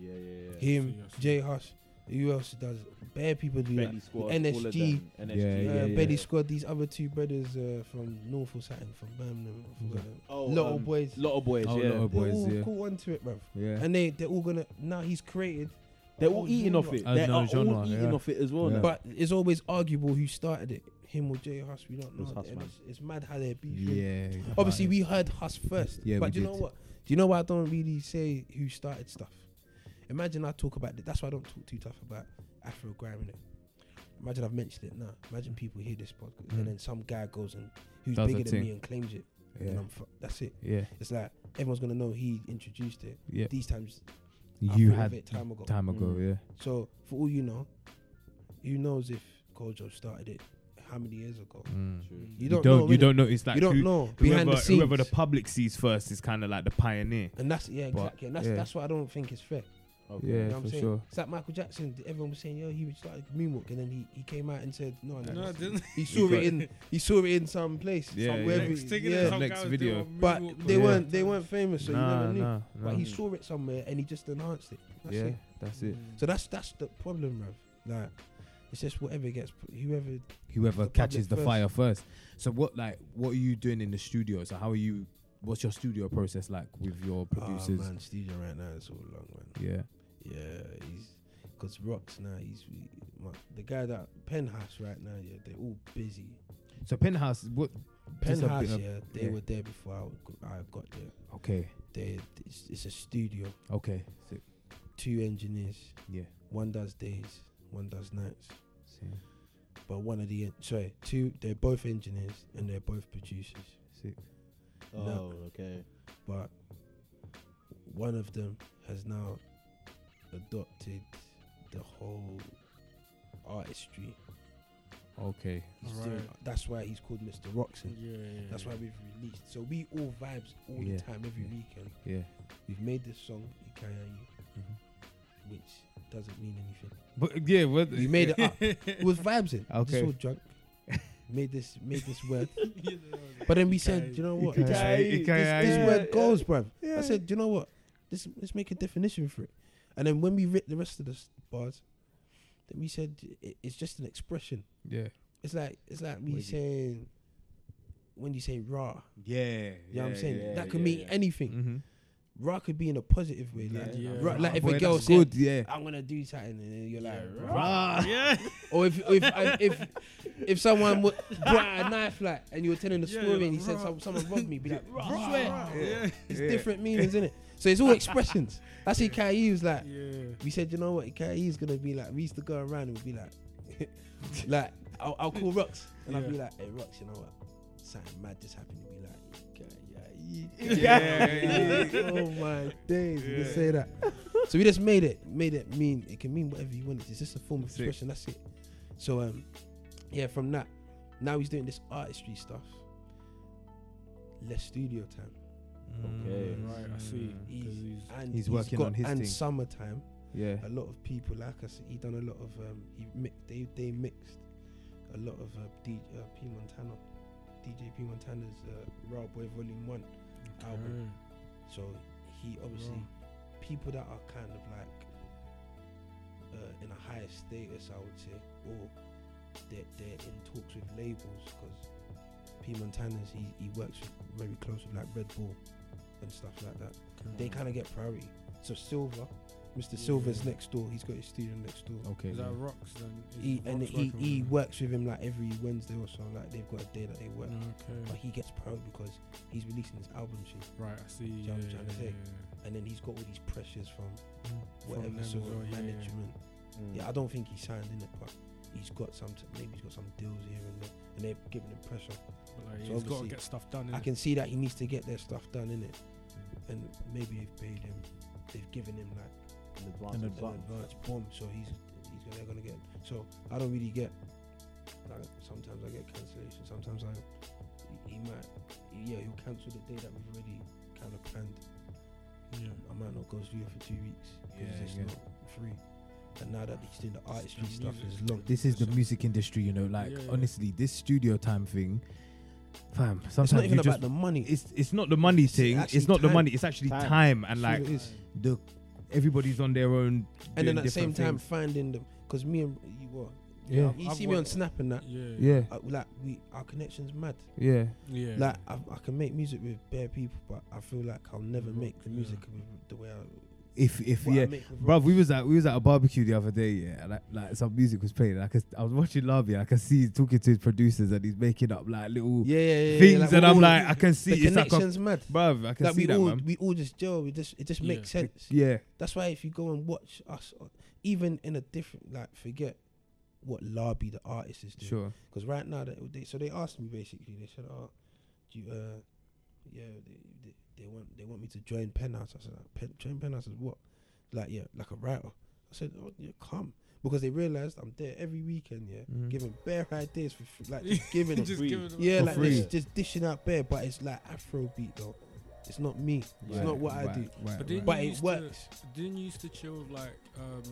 yeah, yeah. yeah. Him, So you're- Jay Hush, who else does? Bare people do that. Benny Squad, NSG, all of them, Yeah, NSG. yeah, uh, yeah. Benny Squad, these other two brothers uh, from North or something, from Birmingham. I forgot them. Oh, Little Boys. Little boys, Oh, yeah. Little They Boys, all yeah. caught onto it, bruv. Yeah. And they, they're all gonna, now he's created. They're a all whole eating off genre. it. Uh, They're no, all genre, eating yeah. off it as well. Yeah. now. But it's always arguable who started it, him or Jay Huss. We don't It was know. Huss, and man. it's, it's mad how they're beefing. yeah. Obviously, we heard Huss first. Yeah, we but do you did. know what? Do you know why I don't really say who started stuff? Imagine I talk about it. That's why I don't talk too tough about Afro grime in it. Imagine I've mentioned it now. Imagine people hear this podcast Mm. and then some guy goes and who's Hmm. Does bigger the than thing. me and claims it. Yeah. And I'm fu- that's it. Yeah. It's like everyone's gonna know he introduced it. Yeah. These times I you thought of had it time ago. time ago. Mm. Yeah. So for all you know, who knows if Kojo started it how many years ago? Mm. True. You don't, know. you innit? don't know. It's like you don't who- know whoever, behind the scenes. whoever the public sees first is kind of like the pioneer. and that's yeah But, exactly. And that's yeah. that's what I don't think is fair. Okay. Yeah, You know what for I'm saying? sure. It's like Michael Jackson. Everyone was saying, "Yo, he started moonwalk," and then he, he came out and said, "No, I No, I never seen didn't. it." He saw got- it in he saw it in some place, Yeah, some- yeah. *laughs* wherever Next he- thing is yeah. some Next guys do video. a moonwalk But with they it. weren't they weren't famous, so you never knew. nah, But nah. he saw it somewhere and he just enhanced it. That's yeah, it. Mm. that's it. So that's that's the problem, bruv. Like it's just whatever gets put- whoever. Whoever The public catches the first. fire first. So what like what are you doing in the studio? So how are you? What's your studio process like with your producers? Oh man, Steven right now it's all long man. yeah. Yeah, he's because rocks now. He's my, the guy that penthouse right now. Yeah, they're all busy. So penthouse. What? Just a Penthouse, bit of- yeah, they yeah. were there before I got, I got there. Okay. They, it's, it's a studio, Okay. Sick. two engineers. Yeah. One does days, one does nights. Sick. But one of the en- sorry, two. They're both engineers and they're both producers. Sick. Oh, No. okay. But one of them has now adopted the whole artistry. Okay. He's doing, Alright. that's why he's called Mr. Roxon. Yeah, yeah, That's *laughs* yeah. why we've released. So we all vibes all Yeah, the time, every yeah. weekend. Yeah. We've made this song, Ikayayi, Mhm. which doesn't mean anything. But yeah, what We made it up. It was vibes in. Okay. Just all drunk. made this made this *laughs* word. Yeah, that was *laughs* it. But then we said, Ikayayi. you know what? Ikayayi. This, Ikayayi. this Yeah, word yeah. goes, bruv. Yeah. I said, you know what? Let's, let's make a definition for it. And then when we writ the rest of the s- bars, then we said it, it's just an expression. Yeah, It's like it's like me Wiggy. saying when you say raw, Yeah. You you know what I'm saying? that could mean anything. Mm-hmm. Raw could be in a positive way. Like, Yeah. raw- like *laughs* if a girl goes said, Mm-hmm. good, yeah. "I'm gonna do something," and then you're like, Yeah, "Rah." Rah. *laughs* Yeah, or if or if and if if someone would brought a knife like, and you were telling the Yeah, story, you're and he like, said "Rah." some, someone robbed me, be like, "Rah." Rah, Swear. rah, yeah, It's Yeah. different meanings, isn't it? So it's all expressions. That's Ikayi was like. *laughs* yeah. We said, you know what, Ikayi is gonna be like. We used to go around and we'd be like, *laughs* like I'll, I'll call Rocks and I'll Yeah. be like, hey Rocks, you know what? Something mad just happened. He'd be like. "Ikayi." *laughs* oh my days! You Yeah. can say that. So we just made it, made it mean it can mean whatever you want. It's just a form of Sick. expression. That's it. So um, yeah, from that, now he's doing this artistry stuff. Less studio time, Okay. Right, I see. He's- 'Cause he's- and He's working on his and thing. summertime. Yeah. A lot of people, like I said, he done a lot of um, he mi- they they mixed a lot of uh, D, uh, P Montana, DJ P Montana's uh, Raw Boy Volume One. Album. So he obviously people that are kind of like uh, in a higher status, I would say, or they're, they're in talks with labels because P. Montanas, he, he works with, very close with like Red Bull and stuff like that. Mm. They kind of get priority. So Silver, Mr. Yeah. Silver's next door. He's got his studio next door. Okay. Is that rocks then? Is He, Mm. E and Rocks he, working he with works with him like every Wednesday or so. Like they've got a day that they work. him? But Okay. he gets proud because he's releasing his album soon, Right, I see. what Yeah, I'm yeah, trying to yeah, say? and then he's got all these pressures from yeah. From them whatever as sort well, yeah, of Mm. yeah. management. Yeah, Mm. I don't think he signed in it, but he's got some. maybe he's got some deals here and there, and they're giving him pressure. But like, So he's got to obviously, get stuff done. I innit? can see that he needs to get their stuff done in it, Mm. and maybe they've paid him, they've given him like An an advance bomb, so he's he's gonna, they're gonna get. So I don't really get. Like sometimes I get cancellation. Sometimes I he, he might yeah he'll cancel the day that we've already kind of planned. Yeah. I might not go studio for two weeks because Yeah, it's yeah. not free. And now that he's doing the artistry the stuff music. is long. This is the So- music industry, you know. Like Yeah, yeah. honestly, this studio time thing, fam. Sometimes It's not even you about just the money. it's it's not the money It's thing. It's, actually not the time. money. It's actually Time. time, and It's like what *laughs* it is. the everybody's on their own. and doing then at the same different time things. finding them because me and you what Yeah. I've- you I've see me on worked- Snap and that Yeah. yeah, uh, like we our connections mad yeah, Yeah. like *laughs* I, I can make music with bare people but I feel like I'll never Rock, make the yeah. music with the way I If Mm-hmm. if what I yeah, make with Bruv, rock. we was at we was at a barbecue the other day, yeah. Like, like some music was playing. Like I was watching Larby, and I can see he's talking to his producers, and he's making up like little yeah yeah, yeah, yeah things, like, and we I'm all- like, I can see the it's like, a, connections mad bruv, I can like see we that, all man. we all just gel we just it just Yeah. makes sense Yeah, that's why if you go and watch us uh, even in a different like forget what Larby the artist is doing sure. Because right now, they, they so they asked me basically. They said, "Oh, do you, uh, yeah, they, they, they want they want me to join Penthouse." I said, like, Pen, "Join Penthouse is what? Like yeah, like a writer." I said, "Oh yeah, come." Because they realized I'm there every weekend, yeah, Mhm. giving bare ideas for free, *laughs* like just giving it, Just free. give it yeah, For like free. just, just dishing out bare, but it's like Afrobeat though. It's not me. It's Right, not what I right, do, right, But right. didn't but you it used to- works. Didn't you used to chill with like um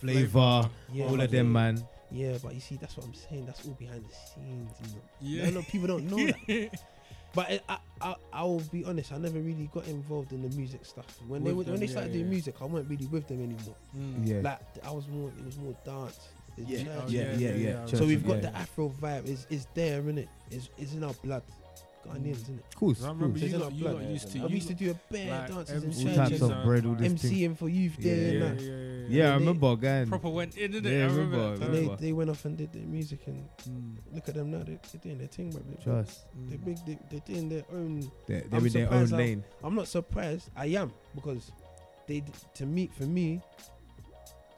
Flavor, yeah, all but- of them, man. Yeah, but you see, that's what I'm saying. That's all behind the scenes. You know? Yeah. A lot of people don't *laughs* *laughs* know that. But it, I, I, I will be honest. I never really got involved in the music stuff. When they With would- when them, they yeah, started yeah, doing yeah. music, I weren't really with them anymore. Mm. Yeah, Like I was more, it was more dance. it's yeah, jazz. Oh, yeah, yeah, yeah, yeah, yeah. yeah. Church So we've and- got yeah. the Afro vibe. Is is there in it? Is is in our blood. Ghanaians, Mm. isn't it? Of course, I of remember course. you So it's got, not you blood. got used to. I you used to do a bare like, dances every in all single types churches, of time. bread, all this thing. MCing for youth Yeah, there. yeah, and yeah, that. yeah, yeah. Yeah, I And they- remember, guy. Proper went in, didn't Yeah, it? I remember. remember, that I time. And remember. they, they went off and did their music and Mm. look at them now. They, they're doing their thing, bro. They- Just They're big. They, they're doing their own. they're, they're I'm in their own surprised how- *laughs* lane. I'm not surprised. I am because they d- to me for me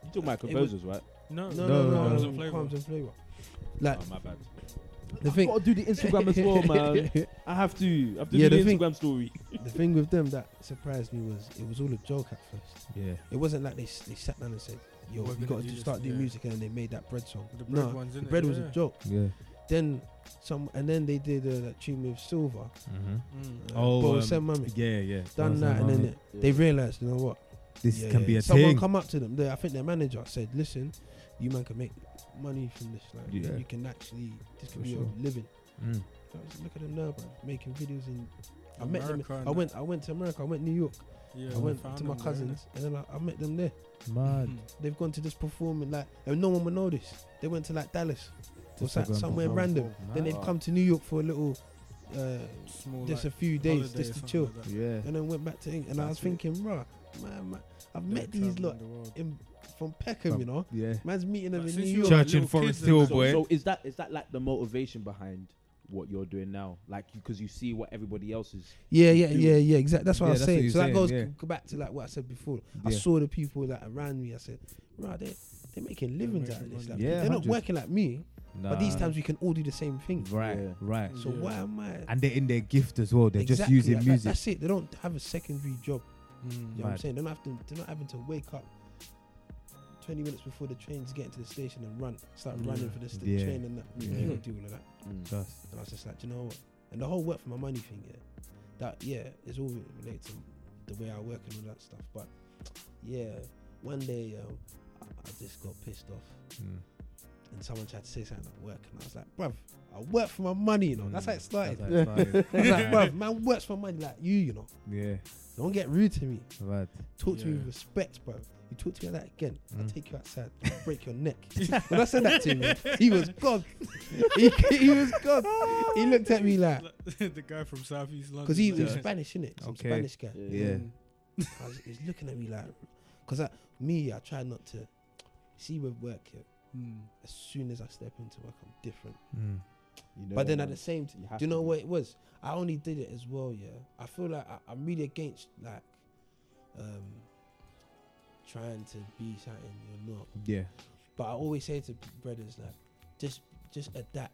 You talking about It was- composers, right? No, no no, no no, no. no Palms no, and Flavor. Palms and flavor. Um, Like Oh, my bad. the thing Gotta do the Instagram as well, *laughs* man. I have to. I have to do the, Yeah, the thing- Instagram story. the thing with them that surprised me was it was all a joke at first. *laughs* Yeah, It wasn't like they s- they sat down and said, "Yo, We're we gonna got do to this, start doing yeah. music," and then they made that bread song. The bread no, ones, the innit? bread was Yeah. a joke. yeah. Then some, and then they did uh, that tune with Silver. Mm-hmm. Mm. Uh, Oh, Bo um, Sen Mami. Yeah, yeah. Done that, and then they realized, you know what? this Yeah, can yeah. be a Someone thing. come up to them. They, I think their manager said, "Listen, you man can make money from this. Like, Yeah. you can actually this For can be sure. your living." Mm. So I said, Look at them now, bro. Making videos in. I met them. America and I went. I went to America. I went to New York. Yeah, I we went found to my them there, cousins, and then I, I met them there. Mad. innit? They've gone to this performing like, and no one would know this. They went to like Dallas or Just sa- to go and somewhere perform. random. Then they've Ah. Wow. come to New York for a little, uh, Small, just like, a few days, holiday just or to something chill, like that. Yeah. and then went back to England. And I was That's it. thinking, rah, man, man, I've They're met these traveling lot the world. in, from Peckham, From- you know. Yeah. Man's meeting them Like, in since New you York. were Church in little Forest kids and Hill, stuff. boy. So is that is that like the motivation behind what you're doing now? Like you because you see what everybody else is. Yeah, yeah, do yeah, yeah. Exactly. That's what Yeah, I was that's what saying. you're so saying, that goes yeah. go back to like what I said before. I Yeah. saw the people that around me. I said, right, they they're making livings out of making this. money. Like, Yeah, they're not 100. working like me. But these Nah. times we can all do the same thing. Right. Yeah. Right. So Yeah. why am I? And they're in their gift as well. They're just Exactly, using like, music. That's it. They don't have a secondary job. Mm. You know what I'm Mad. saying? They're not, having, they're not having to wake up 20 minutes before the train's getting to the station and run, start Yeah. running for the st- Yeah. train and that. Yeah. They don't do all of that. Just- And I was just like, "Do you know what? And the whole work for my money thing, yeah, that yeah, it's all related to the way I work and all that stuff. But yeah, one day um, I, I just got pissed off, Mm. and someone tried to say something at work, and I was like, bruv, I work for my money, you know. That's how it started. Mm. That's how it *laughs* started. I was like, bruv, man works for money like you, you know. yeah. Don't get rude to me. Right. Talk to me Yeah. with respect, bruv. You talk to me like that again, I'll Mm. take you outside, I'll *laughs* break your neck. when I said that to him, he was gone. he, he was gone. He looked at me like, the guy from Southeast London. because he was like, Spanish, innit? Some Okay. Spanish guy. Yeah. I was, he's looking at me like, because I, me, I try not to see with work here. Mm. As soon as I step into work, I'm different. Mm. You know but then that, at the man. same time, have do you to know be. what it was? I only did it as well, yeah. I feel like I, I'm really against like um trying to be something you're not. Yeah. But I always say to brothers like, just just adapt.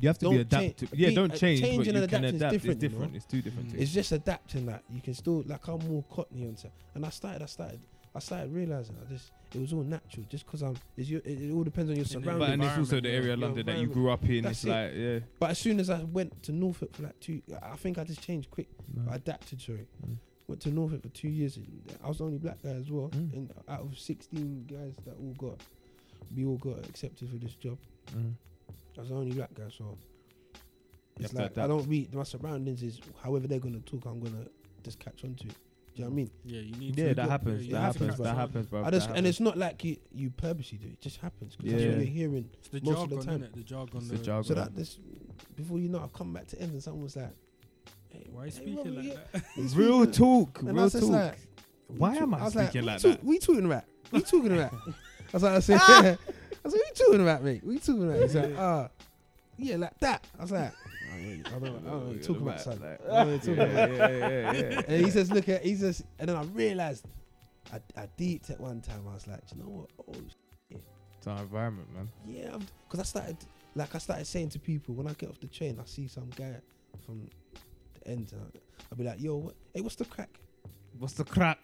You have to be Don't change- adaptive. Yeah, be- don't uh, change. but changing you and can adapting is adapt. different, you It's different. know? It's two different Mm. things. It's just adapting that you can still like I'm more cockney and stuff. And I started, I started, I started realizing I just it was all natural. Just because I'm, it's your, it, it all depends on your the surroundings. But and it's also the yeah. area of Your London that you environment. grew up in. That's It's like, yeah. But as soon as I went to Norfolk for like two, I think I just changed quick. No. I adapted, sorry. Mm. Went to Norfolk for two years. and I was the only black guy as well. Mm. And out of 16 guys that all got, we all got accepted for this job. Mm. I was the only black guy, so You have it's to like I adapt. don't read my surroundings. Is however they're gonna talk, I'm gonna just catch on to it. Do you know what I mean? Yeah, you need. Yeah, to that happens. That you need to happens. catch That on. happens, bro. I just and it's not like you you purposely do it. It just happens 'cause that's Yeah. what you're hearing. It's the most of the jargon, time. innit? The jargon. It's the the- jargon. So that this before you know, I come back to end and someone was like, hey, Why are you hey, speaking Robbie, like yeah, that? he's Real speaking- talk. And I real was just talk. like, Why am I was speaking like "What you that?" talk- What you talking about? What you talking about? That's what I said. I said, what you talking about, mate? What you talking about? He's like, ah, yeah, like that. I was like, I don't, I *laughs* don't, I don't really oh, talk about something. Like, I don't really *laughs* talk yeah, about yeah, yeah, yeah, yeah. *laughs* And he says, look at, he says, and then I realized, I, I deeped at one time. I was like, "Do you know what? Oh, It's our environment, man. yeah, because I started, like, I started saying to people when I get off the train, I see some guy from the end, and I- I'll be like, yo, what? Hey, what's the crack? What's the crack?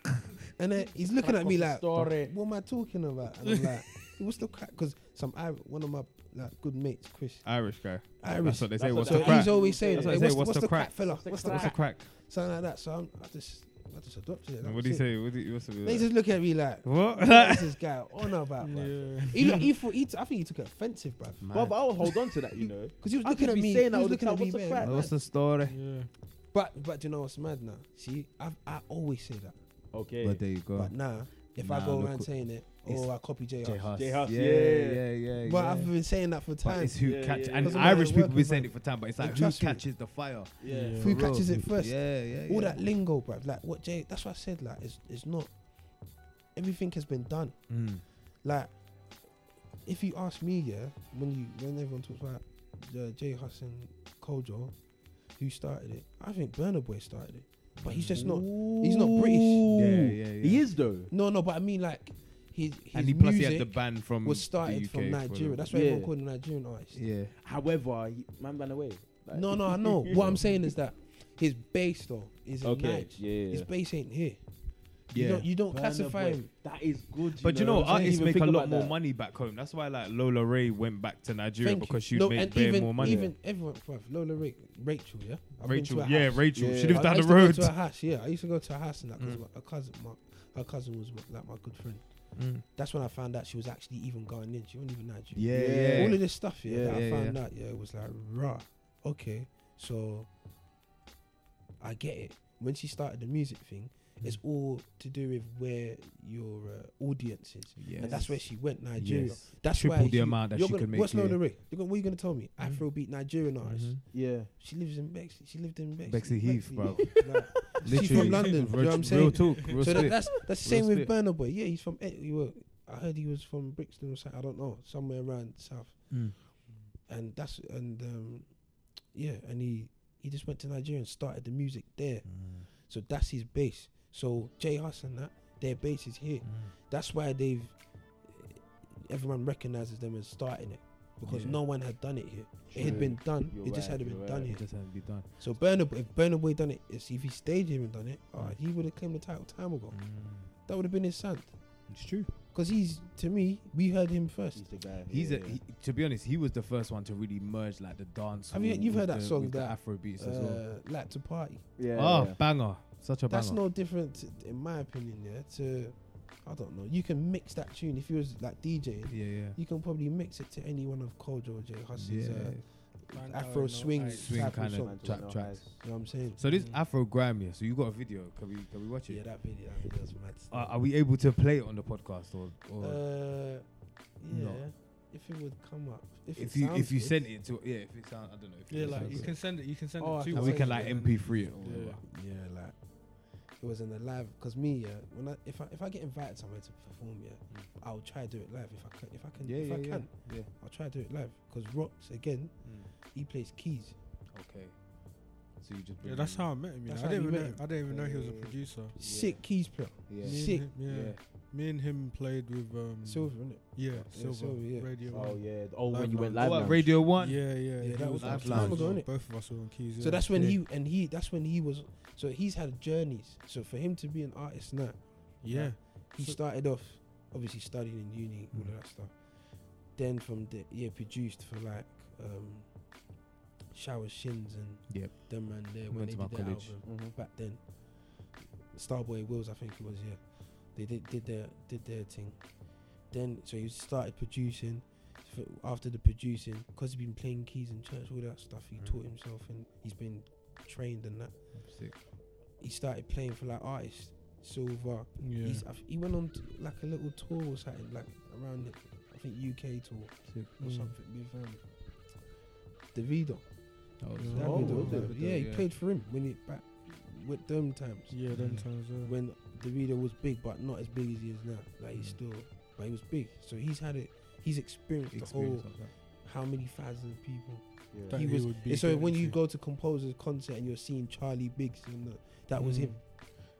And then he's looking at me Crack like, of the story. what am I talking about? And I'm like, *laughs* what's the crack? Because some Ir- one of my like good mates, Chris Irish guy. Irish. That's what they say. That's What's so the what he's crack? always saying, That's what I "Hey, say, what's, what's the crack, fella? What's the What's the What's the crack? crack? Something like that. So I'm, I just, I just adopted it. And that What was do you it. say? What do you, what's They the just look at *laughs* me like, *laughs* What? what is this guy on about? bruv? Yeah. He, look, he, thought, he t- I think he took it offensive, bruv. Well, but I would hold on to that, you know. Because he was I looking could be at me. saying he that was all the looking time, at "What's me. the weird, crack, man." What's the story? *laughs* Yeah. But but do you know what's mad now? See, I've, I always say that. Okay. But there you go. But now, if I Nah, go look around who- saying it, it's oh, I copy J. J J. Huss. J Huss, Yeah, yeah. yeah, yeah. But yeah. I've been saying that for But time. it's who Yeah, catch yeah, and yeah. Irish Doesn't people matter, been saying it for time, but it's Like, like who trust me. catches the fire? yeah. Yeah. Who For real. catches it first? Yeah, yeah. all yeah. that lingo, bruv. Like what Jay, that's what I said. Like it's it's not. Everything has been done. Mm. Like if you ask me, yeah, when you when everyone talks about uh, Jay Huss and Kojo, who started it? I think Burner Boy started it, but he's just not. he's not British. Ooh. Yeah, yeah, yeah. He is though. No, no, but I mean like his his And he plus he music had the ban from was the started UK from for Nigeria. the- That's why Yeah. everyone called him Nigerian artist. Yeah. However, he, man ran away. Like- No, no, I know. what I'm saying is that his base though is in Okay. Nige. Yeah. yeah. His base ain't here. You Yeah. don't, you don't Burna classify Boy. him. That is good. But you know, know, I didn't artists even make a think lot about more that. money back home. That's why like Lola Ray went back to Nigeria Thank you. because she No, made and bare even, more money. Even everyone, bruv, Lola Ra- Rachel, yeah. I've been to Rachel, her yeah, house. Rachel. Yeah. She lives I- down I the used to go road. to her house, yeah. I used to go to her house and that Mm. because her cousin, my, her cousin was like my good friend. Mm. That's when I found out she was actually even going in. She wasn't even Nigerian. Yeah, Yeah. yeah. All of this stuff, yeah, Yeah, that yeah, I found out, yeah, it was like rah. Okay, so I get it. When she started the music thing, it's Mm. all to do with where your uh, audience is. Yes. And that's where she went, Nigeria. That's why Triple the you- amount that you're she gonna, could make What's here. Lola Ray? You're gonna, what are you gonna tell me? Mhm. Afrobeat Nigerian artist. Mhm. Yeah. She lives in Bexley. She lived in Bexley. Bexley Heath, bro. Like, Literally. she's from London. you know what I'm Real saying? talk. Real so that, split. that's that's the same Real with split. Burner Boy. Yeah, he's from. eh, He were, I heard he was from Brixton or something. I don't know. Somewhere around south. Mm. And that's and um, yeah, and he he just went to Nigeria and started the music there. So that's his base. So Jay Huss and that their base is here. Mm. That's why they've everyone recognizes them as starting it because Yeah. no one had done it here. It True. had been done. You're it just right, hadn't been you're done right. here. It just hasn't been done. So Burner, Boy- if Burner Boy done it, if if he stayed here and done it, oh, Mm. he would have claimed the title time ago. That would have been his son. It's true. Because he's to me, we heard him first. He's the guy. He's yeah. a. He, to be honest, he was the first one to really merge like the dance. Have you- with- you've with heard that the- song with the that, Afro beats Uh, as well. Like to party. yeah. Oh, yeah. banger! Such a banger. That's no different, t- in my opinion. Yeah, to I don't know. You can mix that tune if you was like DJing. yeah, yeah. You can probably mix it to any one of Kojo or Jay Huss's Yeah, uh, Banter Afro and all- swing, like, Swing type kinda song. Trap tracks. You know what I'm saying? So this Mm. Afro grime here. So you got a video? Can we can we watch it? Yeah, that video, that video's mad. Are, are we able to play it on the podcast or, or Uh, yeah. No. If it would come up, if, if it you sounds if you good. sent it to yeah if it sound I don't know if Yeah, it like sounds you good. can send it. You can send Oh, I it to can and us. we send can it, like yeah. MP3 it or Yeah. whatever. yeah, like it was in the live. Cause me, yeah, when I if I if I get invited somewhere to perform, yeah, I'll try to do it live if I can. If I can, Mm. Yeah, if yeah, I yeah, can, yeah. I'll try to do it live. Cause Rocks again, Mm. he plays keys. Okay. So you just Yeah, bring that's it- how I met him. You know. I That's how didn't you even met know, I didn't even know he was a Yeah. producer. Sick keys player. yeah. Me and Sick. him- yeah. Me and him played with um, Mm. Silver, innit? Yeah, Silver, Silver, yeah. Radio. Oh One. yeah. Oh, Live when you went Oh, live. what, now. Radio One. Yeah, yeah, Yeah, he that was was a on long time keys. ago, innit? Both of us were on keys. So yeah. that's when Yeah. he and he that's when he was. So he's had journeys. So for him to be an artist now, Yeah, he So- started off obviously studying in uni, all Mm. of that stuff. Then from the yeah, produced for like um Shower Shins and Yep. them man there when Went they to did my their college. album Mhm. back then. Starboy Wills, I think it was, yeah. They did did their did their thing. Then so he started producing. F- After the producing, because he's been playing keys in church, all that stuff, he Mm. taught himself and he's been trained and that. Sick. He started playing for like artists, Silver, yeah. He's, I th- he went on t- like a little tour or something, like around the, I think UK tour Sick. or Mm. something with um, Davido. Oh, Yeah. sick. Oh, Davido, was it? yeah, he played for him when he back with them times yeah, them Mm. times. Yeah. when Davido was big, but not as big as he is now. Like he's Mm. still, but he was big, so he's had it. He's experienced the whole Experience like that. how many thousands of people. Yeah. That he was- would And so when you going to. go to composers concert and you're seeing Charlie Biggs and the, that was Mm. him.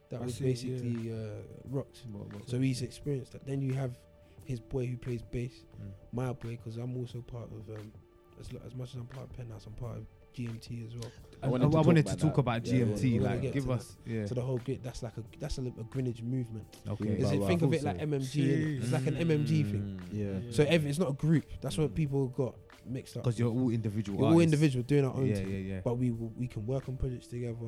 That I was see, yeah. basically uh, rocks. What- what- So he's experienced that. Then you have his boy who plays bass, Mm. my boy, because I'm also part of, um, as, lo- as much as I'm part of Penthouse, I'm part of GMT as well. I, I I wanted wanted, to I talk wanted to about talk that. about Yeah, yeah, GMT. we're gonna like, get give to us yeah. So the whole grit, that's like a that's a, li- a Greenwich movement. Okay. Is Yeah, it, well, think I of it thought like so. MMG. Innit? It's like an MMG thing. Yeah. Yeah. So every, it's not a group. That's what Mm. people got mixed up. Because you're all individual. We're all artists. individual doing our own Yeah, thing. yeah, yeah. But we w- we can work on projects together.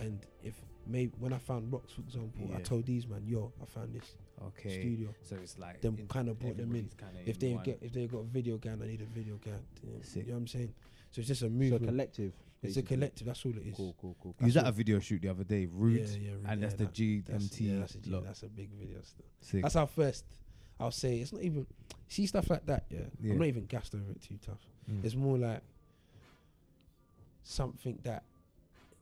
And if maybe when I found Rocks, for example, I Yeah. told these man, yo, I found this okay. studio. So it's like Them in- kinda brought them in. everybody's kinda If they one. get if they got a video gang, I need a video gang. You know, Sick. you know what I'm saying? So it's just a So movement. collective. it's a basically. collective. That's all it is. Cool, cool, cool. You was that's at a what- video shoot the other day, Root, yeah, really, and that's yeah, the GMT that- that's- yeah, that's, a, G- lot. that's a big video. Stuff. Sick. That's our first. I'll say it's not even see stuff like that. Yeah, Yeah. I'm not even gassed over it too tough. Mm. It's more like something that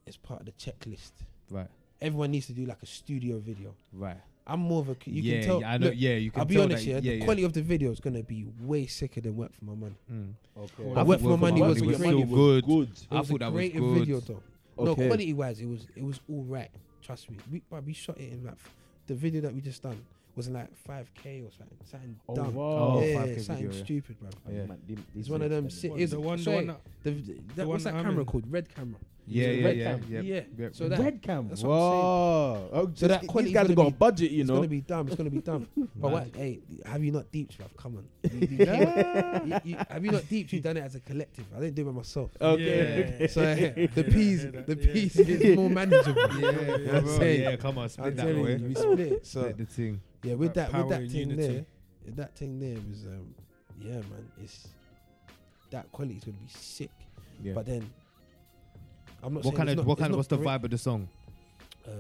is part of the checklist. Right, Everyone needs to do like a studio video. right. I'm more of a. You yeah, can tell. yeah, I know. look, yeah, you can I'll be tell honest that, yeah, here. the yeah. quality of the video is gonna be way sicker than work for my money. Mm. Okay. I But thought work for my money was it a was great so good. It I was thought a that was great good. video though. No, Okay. quality wise, it was it was all right. Trust me. We, but we shot it in like f- the video that we just done was in like five k or something. Something Oh, dumb. wow. Oh, yeah, 5K something video, yeah. stupid, bro. Yeah. It's one of them si- is- the one, the sorry, one that, The, the, that, The what's one that I'm camera in. called? Red camera. Yeah, It's yeah, red yeah, cam. yeah. Yeah. Yep. So that Red cam. that's what I'm saying. Wow. Oh, So that these quality's guys gonna have got be- a budget, you it's know. gonna be dumb. It's gonna *laughs* be dumb. but what? Hey, have you not deeped, bruv? Come on. You- you- you- you- have you not deeped? You done it as a collective. I didn't do it by myself. Oh, Okay. Yeah. *laughs* So the Yeah, peas, yeah, that- the yeah. peas is more manageable. Yeah, yeah, bro. saying. yeah. Come on, I'm split that telling way. you, we split. it, So Split the thing. Yeah, with Like that, with power that and thing unity. there, if that thing there was, um, yeah, man, it's that quality's gonna be sick. Yeah. But then, I'm not. What saying kind it's of not, what it's kind of not what's the great. vibe of the song? Uh,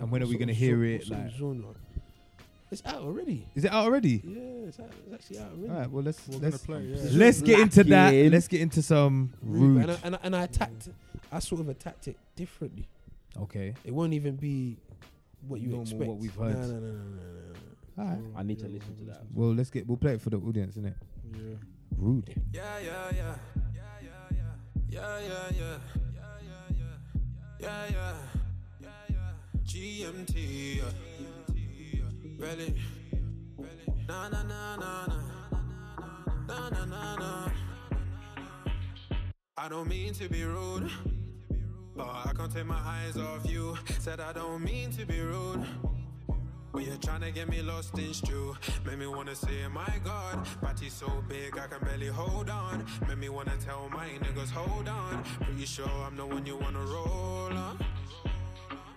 And when are what we sort gonna of hear gen- it, what sort of like- genre? It's out already. Is it out already? Yeah, it's, out, it's actually out already. All right. Well, let's we're gonna let's play. It's Yeah. let's get into that. Lacking. Let's get into some Rude, rude. And, I, and, I, and I attacked. I sort of attacked it differently. Okay. It won't even be what you Normal, expect. what we've heard. No, no, no, no, no, no, no. All right. Yeah, I need to yeah, listen to we'll that. Well, let's get. We'll play it for the audience, innit? Yeah. *laughs* Rude. Yeah, yeah, yeah. Yeah, yeah, yeah. Yeah, yeah. GMT. yeah. Relic. Na na na na na. Na na na na. I don't mean to be rude. But I can't take my eyes off you. Said I don't mean to be rude. But you're trying to get me lost in stew. Made me wanna say, my God, body so big I can barely hold on. Made me wanna tell my niggas, hold on. Pretty sure I'm the one you wanna roll on.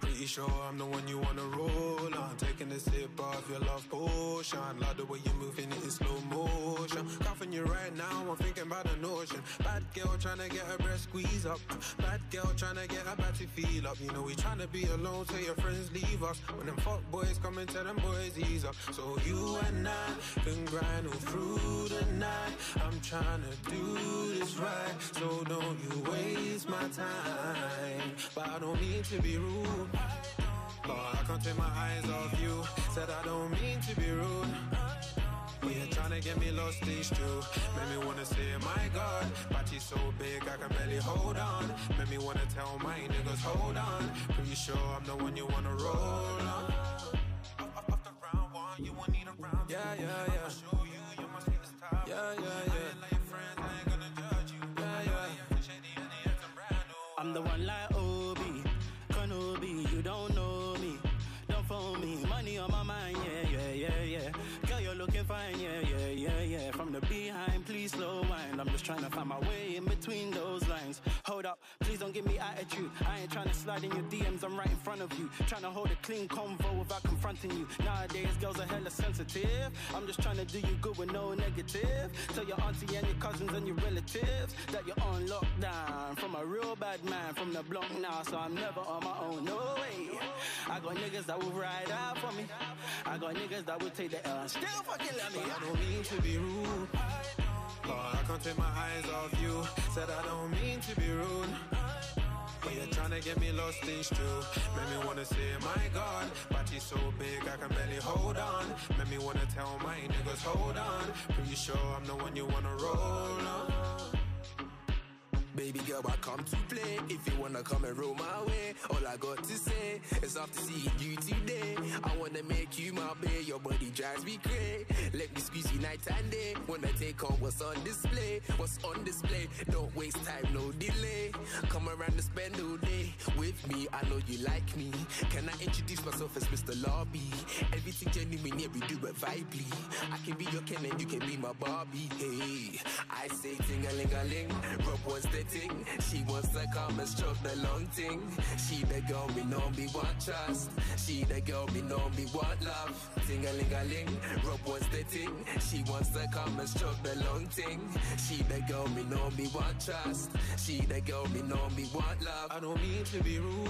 Pretty sure I'm the one you wanna roll on. Taking a sip of your love potion. Love the way you're moving it in slow motion. Coughing on you right now. I'm thinking about an ocean. Bad girl trying to get her breast squeeze up. Bad girl trying to get her batty feel up. You know, we trying to be alone till your friends leave us. When them fuck boys come and tell them boys ease up. So you and I can grind all through the night. I'm trying to do this right. So don't you waste my time. But I don't mean to be rude. But I can't take my eyes off you. Said I don't mean to be rude. But you're trying to get me lost, these two. Made me wanna say, my God, body's so big I can barely hold on. Made me wanna tell my niggas, hold on. Pretty sure I'm the one you wanna roll on. Off- off the round one, you won't need a round two. Yeah, yeah, I'ma yeah. show you, you must be this type. Yeah, yeah, I yeah. ain't like your friends, I ain't gonna judge you. Yeah, yeah. I'm shady and the ends, I'm brand new. I'm the one like Obi, Kenobi. You don't know me, don't phone me. Money on my mind, yeah, yeah, yeah, yeah. Girl, you're looking fine, yeah, yeah, yeah, yeah. From the behind, please slow wind. I'm just trying to find my way in between those lines. Hold up, please don't give me attitude. I ain't trying to slide in your DMs. I'm right in front of you, trying to hold a clean convo without confronting you. Nowadays, girls are hella sensitive. I'm just trying to do you good with no negative. Tell your auntie and your cousins and your relatives that you're on lockdown from a real bad man from the block now. So I'm never on my own, no way. I got niggas that will ride out for me. I got niggas that will take the L and still fucking love me. I don't mean to be rude. But I can't take my eyes off you. Said I don't mean to be rude. But you're trying to get me lost in stew. Made me wanna say, my God, body's so big I can barely hold on. Made me wanna tell my niggas, hold on. Pretty sure I'm the one you wanna roll on. Baby girl, I come to play. If you wanna come and roll my way, all I got to say is after seeing you today, I wanna make you my babe. Your body drives me crazy. Let me squeeze you night and day. Wanna take on what's on display, what's on display. Don't waste time, no delay. Come around and spend all day with me. I know you like me. Can I introduce myself as Mr. Lobby? Everything genuine, yeah, we do it vibely. I can be your Ken and you can be my Barbie. Hey, I say ting a ling a ling. Rob wants the ting. She wants to come and stroke the long ting. She the girl me know me want trust. She the girl me know me want love. Ting a ling a ling. Rob wants the ting. She wants to come and stroke the long ting. She the girl me know me want trust. She the girl me know me want love. I don't mean to be rude.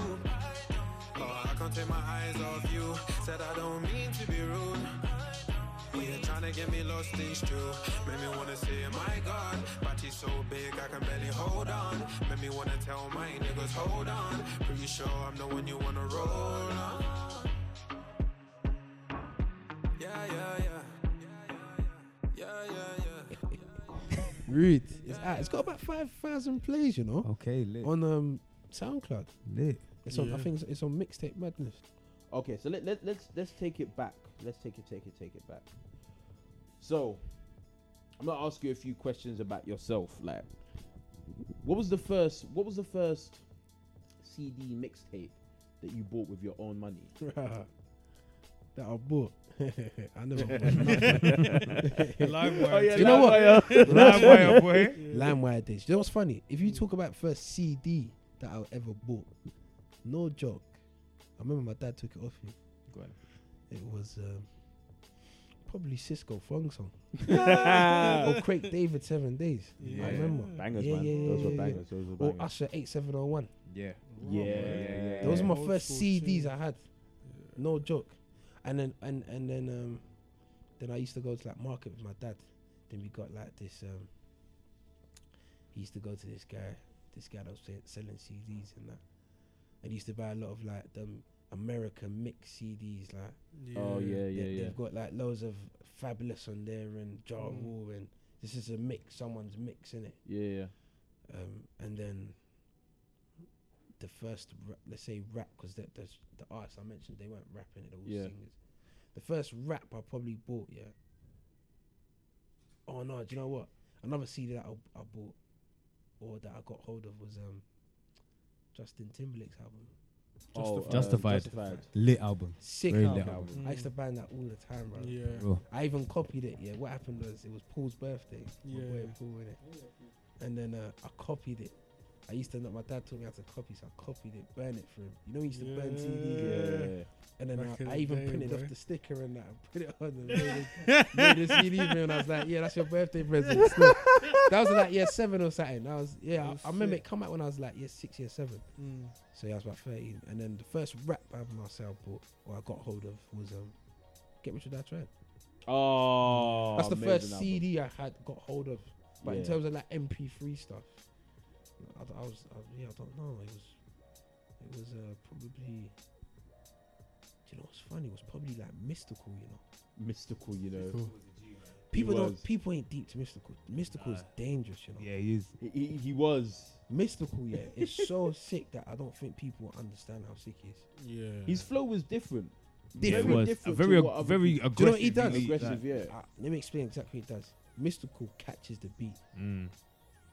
But I can't take my eyes off you. Said I don't mean to be rude. But you're trying to get me lost in stew. Made me wanna say, my God, body's so big I can barely hold on. Made me wanna tell my niggas, hold on. Pretty sure I'm the one you wanna roll on. Yeah, yeah, yeah. Yeah, yeah, yeah. Rude. It's, out. it's got about five thousand plays, you know, Okay, lit. on um SoundCloud. *laughs* lit. It's on. Yeah. I think it's, it's on mixtape madness. Okay, so let, let, let's let's take it back. Let's take it, take it, take it back. So, I'm gonna ask you a few questions about yourself. Like, what was the first? What was the first CD mixtape that you bought with your own money? *laughs* that I bought. *laughs* I *laughs* never bought Livewire. You know what? Livewire, boy. LimeWire days. You know what's funny? If you talk about first CD that I ever bought, no joke. I remember my dad took it off me. Go on. It was um, probably Cisco Fong song. or Craig David Seven Days. Yeah. I remember. Bangers, Yeah, man. yeah, Those yeah, were yeah. bangers. Those were Or bangers. Usher Eight Seven O One. Yeah. yeah, yeah, yeah. Those are my Old first school CDs tune. I had. No joke. And then and and then um then I used to go to like market with my dad. Then we got like this um he used to go to this guy, this guy that was se- selling CDs and that. And he used to buy a lot of like them American mix CDs like uh, Oh yeah, they, yeah, yeah. they've got like loads of Fabulous on there and Jar Mm. Rule and this is a mix, someone's mix in it. Yeah, yeah. Um, and then the first, ra- let's say rap, because the, the, the artists I mentioned, they weren't rapping it, they were all Yeah. singers. The first rap I probably bought, yeah. Oh no, do you know what? Another CD that I, I bought or that I got hold of was um, Justin Timberlake's album. Oh, uh, Justified. justified. Lit album. Sick Very album. lit album. I used to buy that all the time, bro. Yeah. Bro. I even copied it. Yeah, what happened was it was Paul's birthday. Yeah, Yeah. Paul, innit? And then uh, I copied it, I used to not. My dad told me how to copy, so I copied it, burn it for him. You know, he used to burn Yeah. CDs, Yeah. and then uh, Back in I, I the even day, printed boy. off the sticker and that, and put it *laughs* on and made it- made a CD for him. And I was like, yeah, that's your birthday present. Still. that was like year seven or something. I was yeah, I, Oh, I remember shit. it come out when I was like year six, year seven. Mm. So yeah, I was about thirteen. And then the first rap album I sell bought or I got hold of was um, Get Rich or Die Trying. Oh, That's the amazing first album. CD I had got hold of. But in Yeah. terms of like MP3 stuff, I, d- I was I, yeah I don't know. It was it was uh, probably. Do you know what's funny? It was probably like mystical. You know, mystical, you know. Cool. people was. don't people ain't deep to mystical. Mystical is dangerous. You know, Yeah, he is. He, he, he was. mystical. *laughs* Yeah, it's so sick that I don't think people understand how sick he is. Yeah. His flow was different. Yeah, Very he was. different very, to what other very people- aggressive. Do you know what he does? elite, Aggressive, like- yeah. Uh, let me explain exactly what it does. Mystical catches the beat. Mm.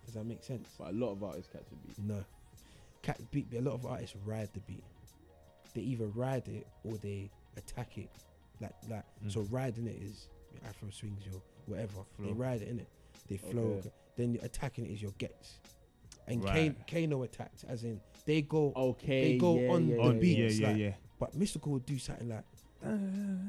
Does that make sense? But a lot of artists catch a beat. No. Cat beat a lot of artists ride the beat. They either ride it or they attack it. Like like Mm. so riding it is your afro swings your whatever. They Flow. ride it in it. They flow. Okay. Then you're attacking it is your gets. And Right. Oh. Kane Kano attacked as in they go Okay. They go yeah, on yeah, the yeah, On, beat. *laughs* yeah, Oh, yeah. beats, yeah, like- yeah. but Mystical would do something like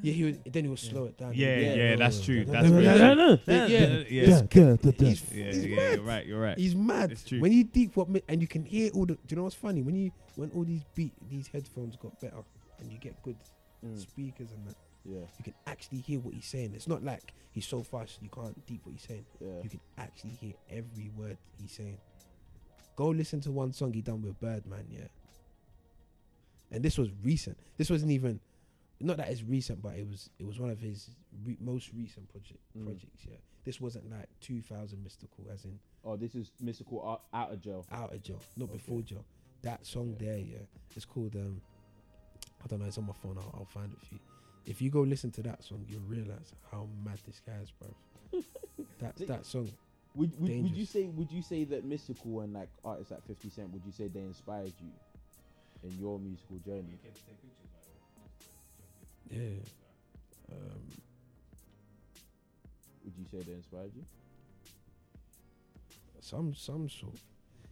Yeah, he would then he would slow it down. Yeah, Yeah, yeah, yeah, that's yeah. *laughs* true. Yeah, That's yeah, true. yeah, yeah, yeah. yeah, He's, yeah, he's yeah, mad. You're right. You're right. He's mad. It's true. When you deep what mi- and you can hear all the. Do you know what's funny? When you when all these beat these headphones got better and you get good Mm, speakers and that, yeah, you can actually hear what he's saying. It's not like he's so fast you can't deep what he's saying. yeah. You can actually hear every word he's saying. Go listen to one song he done with Birdman, yeah. And this was recent. This wasn't even, not that it's recent, but it was it was one of his re- most recent project Mm. projects. Yeah, this wasn't like 2000 mystical, as in Oh, this is mystical out, out of jail. out of jail, not Okay. before jail. That song Yeah. there, yeah, it's called um, I don't know, it's on my phone. I'll, I'll find it for you. If you go listen to that song, you'll realize how mad this guy is, bro. *laughs* that Th- that song, Would, would, would you Dangerous. say would you say that mystical and like artists like Fifty Cent would you say they inspired you in your musical journey? yeah. Um, Would you say they inspired you? some some sort.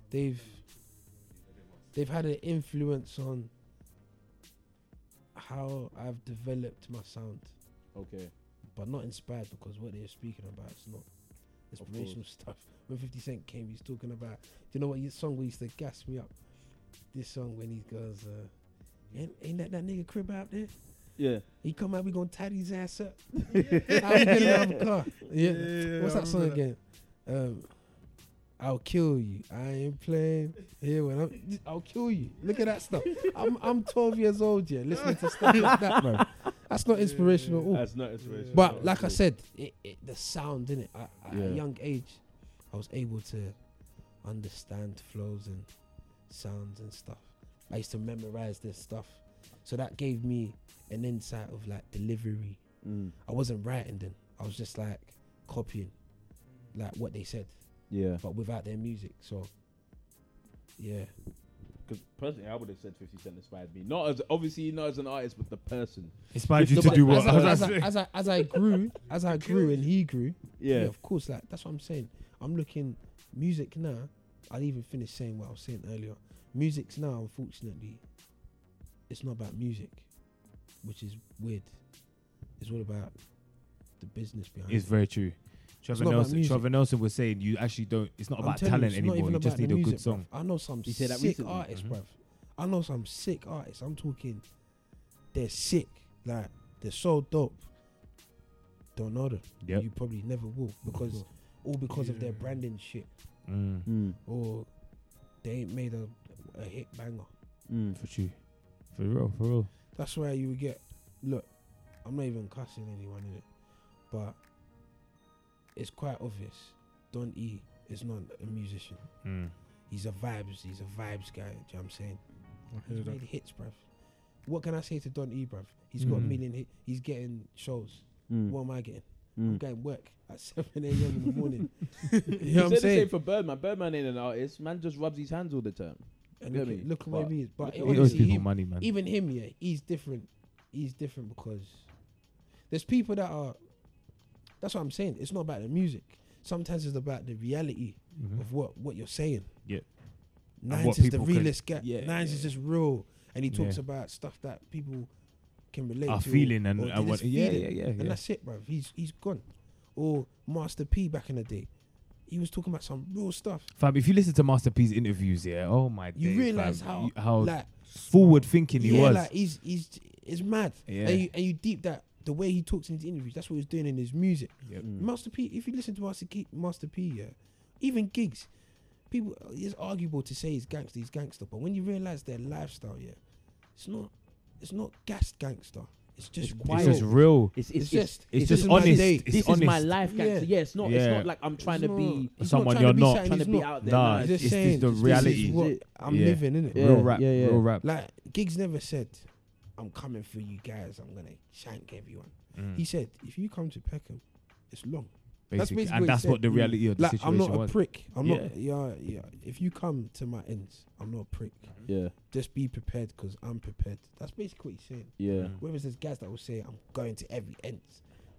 They've they've had an influence on how I've developed my sound, Okay. but not inspired because what they're speaking about is not course. inspirational *laughs* stuff. When 50 Cent came, he's talking about. Do you know what his song used to gas me up? This song when he goes, uh, ain't, ain't that that nigga crib out there? Yeah. He come out, we gonna tie his ass up. *laughs* How we gonna have a *laughs* car? Yeah. What's that song again? Um, I'll kill you. I ain't playing here when I'm. I'll kill you. Look at that stuff. I'm I'm 12 years old. Yeah, listening to stuff like that, man. That's *laughs* not inspirational at all. That's not inspirational. But like I said, it, it, the sound in it at, at Yeah. a young age, I was able to understand flows and sounds and stuff. I used to memorize this stuff, so that gave me an insight of like delivery. Mm, I wasn't writing then; I was just like copying, like what they said, yeah. but without their music. So, yeah, Because personally, I would have said Fifty Cent inspired me. Not as obviously not as an artist, but the person. Inspired No, you to but do what? As I, as, I, *laughs* as, I, as I grew, as I grew, and he grew, Yeah. of course. Like that's what I'm saying. I'm looking music now. I'd even finish saying what I was saying earlier. Music's now, unfortunately, it's not about music, which is weird. It's all about the business behind It's it. very true. Trevor not about Nelson. music. Trevor Nelson was saying you actually don't. It's not I'm about telling you, talent it's not anymore. even You just about the need a music, good song. bruv. I know some He said sick that recently. artists, Mhm. bruv. I know some sick artists. I'm talking, they're sick. Like they're so dope. Don't know them. Yep. You probably never will because all because of their Yeah. branding shit. Mm, Mm, or they ain't made a, a hit banger. mm. for true. For real. For real. That's where you would get. Look, I'm not even cussing anyone in it, but it's quite obvious. Don E is not a musician. Mm. He's a vibes. He's a vibes guy. Do you know what I'm saying? I hear He's that. made hits, bruv. What can I say to Don E, bruv? He's got a Mhm. million hit. He's getting shows. Mm, What am I getting? I'm mm. getting work at *laughs* 7 a.m. in the morning. He you know said what I'm the same saying? for Birdman. Birdman ain't an artist. Man just rubs his hands all the time. And Yeah, look, mate. at- look at where But- he is. But Look at He Honestly, owes people him- money, man. even him, yeah, he's different. He's different because there's people that are. That's what I'm saying. It's not about the music. Sometimes it's about the reality Mhm. of what what you're saying. Yeah. Do Hmm? what Nines is the people can- realest guy. Yeah, Nines yeah, is just real, and he talks Yeah. about stuff that people can relate Our to. feeling and- or and they what- just yeah, feel it. yeah, yeah, And yeah. that's it, bruv. He's he's gone. Or Master P back in the day, he was talking about some real stuff. Fam, if you listen to Master P's interviews, yeah, oh my You days, realize fam, how you- how like forward thinking yeah, he was. like he's he's it's mad. Yeah. And you and you deep that the way he talks in his interviews, that's what he's doing in his music. Yep. Mm. Master P, if you listen to Master, K, Master P, yeah, even gigs, people it's arguable to say he's gangster, he's gangster, but when you realize their lifestyle, yeah, it's not it's not gas gangster. It's just It's wild. it's just real. It's It's it's it's, just It's, it's just, just my honest. day. It's this honest. is my life, Yeah. gangster. Yeah, it's not. Yeah. It's not like I'm trying to be. he's someone trying you're to be not something Trying to he's be not. out there. Nah, nah, it's He's it's- just just saying the this is reality. what I'm Yeah. living in it. Yeah, real rap. yeah, yeah. Real rap. Like Gigs never said, "I'm coming for you guys. I'm gonna shank everyone." Mm, He said, "If you come to Peckham, it's long." that's basically. basically what and he that's said. what the reality of the Like I'm situation not a was. prick. I'm Yeah. not. Yeah, yeah. If you come to my ends, I'm not a prick. yeah, Just be prepared, cause I'm prepared. That's basically what he's saying. yeah. Mm. Whereas there's guys that will say, "I'm going to every end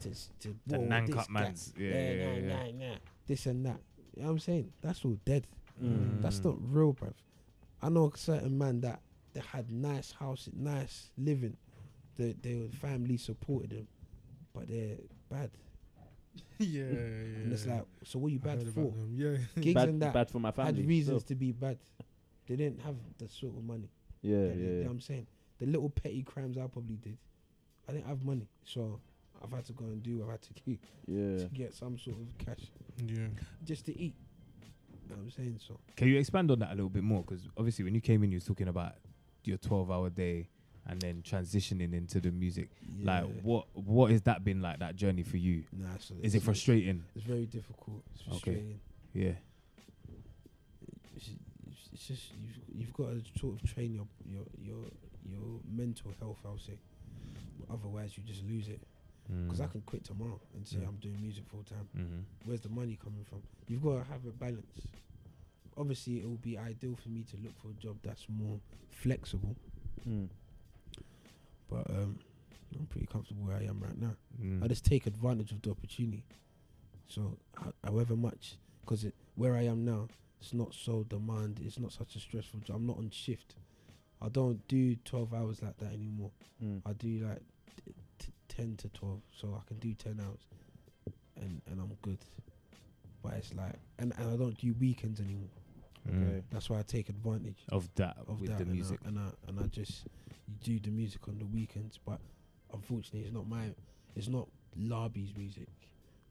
to s- to The war with nan this cut guy. man's. Yeah, Yeah, yeah, yeah. nah, nah, nah. This and that. You know what I'm saying that's all dead. Mm. That's Mm. not real, bruv. I know a certain man that they had nice houses, nice living. The their family supported them, but they're bad. *laughs* yeah, yeah. And it's like, so what you I bad heard about for? them, Yeah. Gigs Bad, and that bad for my family. had reasons so- to be bad. They didn't have the sort of money. yeah, that they- you yeah, know yeah. what I'm saying? The little petty crimes I probably did. I didn't have money. So I've had to go and do, I've had to keep yeah. to get some sort of cash Yeah. just to eat. You know what I'm saying? So Can you expand on that a little bit more? Because obviously, when you came in, you was talking about your 12-hour day and then transitioning into the music. Like, Yeah. what what has that been like? That journey for you? Nah, so Is it it's- frustrating? It's very difficult. It's frustrating. Yeah. It's, it's- it's just you've, you've got to sort of train your your your your mental health. I'll say, otherwise you just lose it. Because Mm. Mm. I can quit tomorrow and say Yeah. I'm doing music full time. Mm-hmm. Where's the money coming from? You've got to have a balance. Obviously, it will be ideal for me to look for a job that's more flexible, Mm. but um, I'm pretty comfortable where I am right now. Mm. I just take advantage of the opportunity. So, ho- however much, because where I am now, it's not so demand. It's not such a stressful job. I'm not on shift. I don't do 12 hours like that anymore. Mm. I do like t- t- 10 to 12, so I can do 10 hours, and and I'm good. But it's like, and, and I don't do weekends anymore. Mm. Okay. That's why I take advantage Of that of with that the and I- music. and I, and I just do the music on the weekends but unfortunately it's not my it's not Larby's music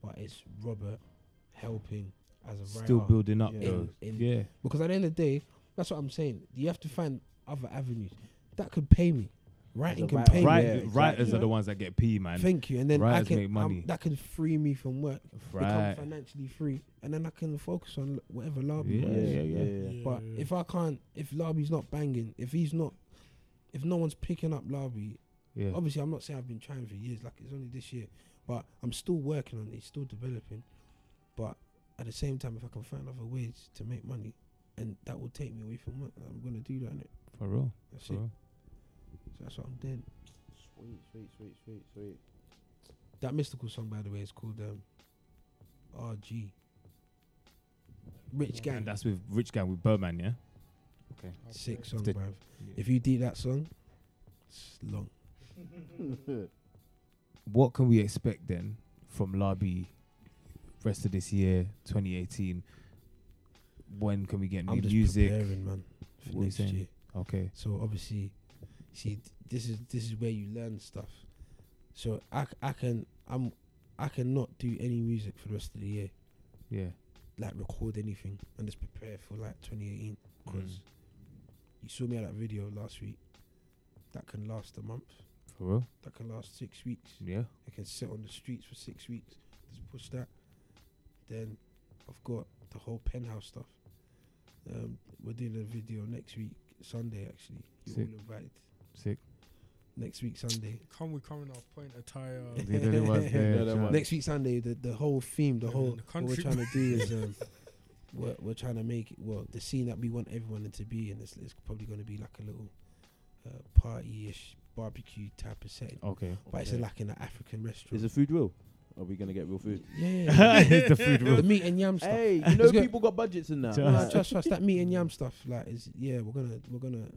but it's Robert helping as a Still writer building up Yeah. though. in, in, Yeah. because at the end of the day that's what I'm saying you have to find other avenues that could pay me writing a can writer, pay Right, me Yeah, writers exactly. are the ones that get P, man. thank you and then I Writers can make I'm- money. that can free me from work Right. become financially free and then I can focus on whatever Larby Yeah, wants yeah, yeah. but if I can't, if Larby's not banging, if he's not, if no one's picking up Larby, Yeah. obviously I'm not saying I've been trying for years, like it's only this year, but I'm still working on it, still developing. But at the same time, if I can find other ways to make money, and that will take me away from work, I'm gonna do that. Innit? For real. That's For it. real. So that's what I'm doing. Sweet, sweet, sweet, sweet, sweet. That mystical song, by the way, is called um, RG. Rich Gang. And that's with Rich Gang with Birdman, yeah? Sick song, The- bruv. Yeah. If you deep that song, it's long. What can we expect then from Labi rest of this year, 2018? When can we get new I'm just music? preparing, man, for What are you next saying? year. Okay. So obviously, see, th- this is this is where you learn stuff. So I, c- I can I'm I cannot do any music for the rest of the year, Yeah. like record anything, and just prepare for like 2018. Cause Mm. you saw me at that video last week. That can last a month. For real. That can last six weeks. Yeah. I can sit on the streets for six weeks. Just push that. Then I've got the whole penthouse stuff. Um, we're doing a video next week, Sunday actually. You're Sick. all invited. Sick. Next week Sunday. Come, we come in our point *laughs* attire. They did it once there, Yeah, that *laughs* John. one. Next week Sunday, the, the whole theme, the Living whole in the what we're country. trying to do *laughs* is um, we're, we're trying to make it well the scene that we want everyone to be in. It's, it's probably going to be like a little uh, party-ish barbecue type of setting, Okay. but it's Oh, Okay. like in an African restaurant. Is it food will? Are we gonna get real food? Yeah, *laughs* yeah, it's the food yeah. the rule. meat and yam stuff. Hey, you know good. people got budgets in that. Just- Nah, trust, trust that meat and *laughs* yam stuff. Like, is yeah, we're gonna we're gonna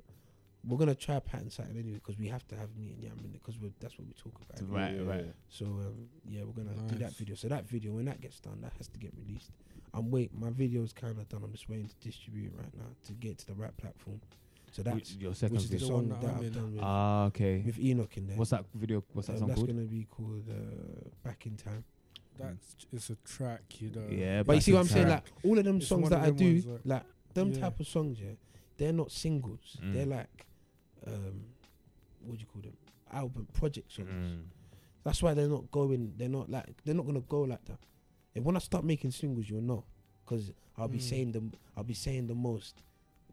we're gonna try a pattern Saturday anyway because we have to have meat and yam in it because that's what we talk about. Right, innit? right. So um, yeah, we're gonna do that Nice. video. So that video, when that gets done, that has to get released. I'm wait, my video's kind of done. I'm just waiting to distribute it right now to get to the right platform. So that's Your which second is the video. video. The one song that, that I'm I've in. done with, Ah, okay. with Enoch in there. What's that video? What's that Um, song that's called? gonna be called uh, Back in Time. That's it's a track, you know. Yeah, But you Back see in what I'm saying? Time. Like all of them It's songs one of that I them do, ones, like- like them Yeah. type of songs, yeah, they're not singles. Mm. They're like, um, what do you call them? Album project songs. Mm. mm, That's why they're not going. They're not like they're not gonna go like that. And when I start making singles, you'll know, because I'll be Mm. saying them. I'll be saying the most,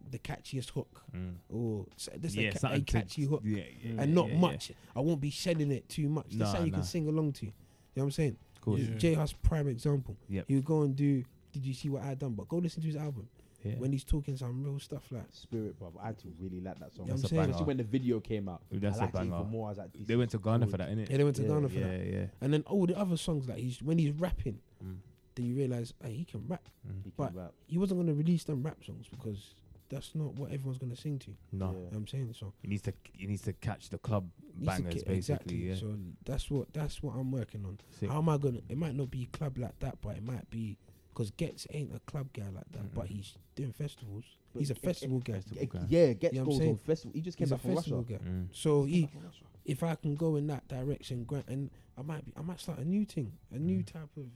the catchiest hook Mm. or s- this Yeah, a, ca- a something to- catchy hook, Yeah, yeah, and not yeah, yeah. much. I won't be shedding it too much. That's Nah, how you nah. can sing along to. You know what I'm saying? Of course. Yeah. J Hus prime example. Yep. He would go and do Did You See What I Done? But go listen to his album Yeah. when he's talking some real stuff like Spirit, brother. I actually really like that song. Yeah, I'm That's a saying- banger. Especially when the video came out. That's a I liked it even banger. more. I was like, this They is went to Ghana good. for that, innit? Yeah, they went to Yeah, Ghana for yeah, that. yeah. And then all the other songs like he's when he's rapping, Mm. then you realise hey, he can rap. He can But- rap. He wasn't gonna release them rap songs because that's not what everyone's gonna sing to. You No, Yeah. know what I'm saying so he needs to he needs to catch the club needs to bangers get- basically. exactly. Yeah. So that's what that's what I'm working on. Sick. How am I gonna? It might not be club like that, but it might be because Gets ain't a club guy like that. But Mm-mm. he's doing festivals. But he's a it- festival guy. it- Festival guy. Yeah, get You know what I'm goes saying? on festival. He just came He's a back from festival Russia. guy. Mm. So he, From Russia. if I can go in that direction, grant, and I might be, I might start a new thing, a new Mm. type of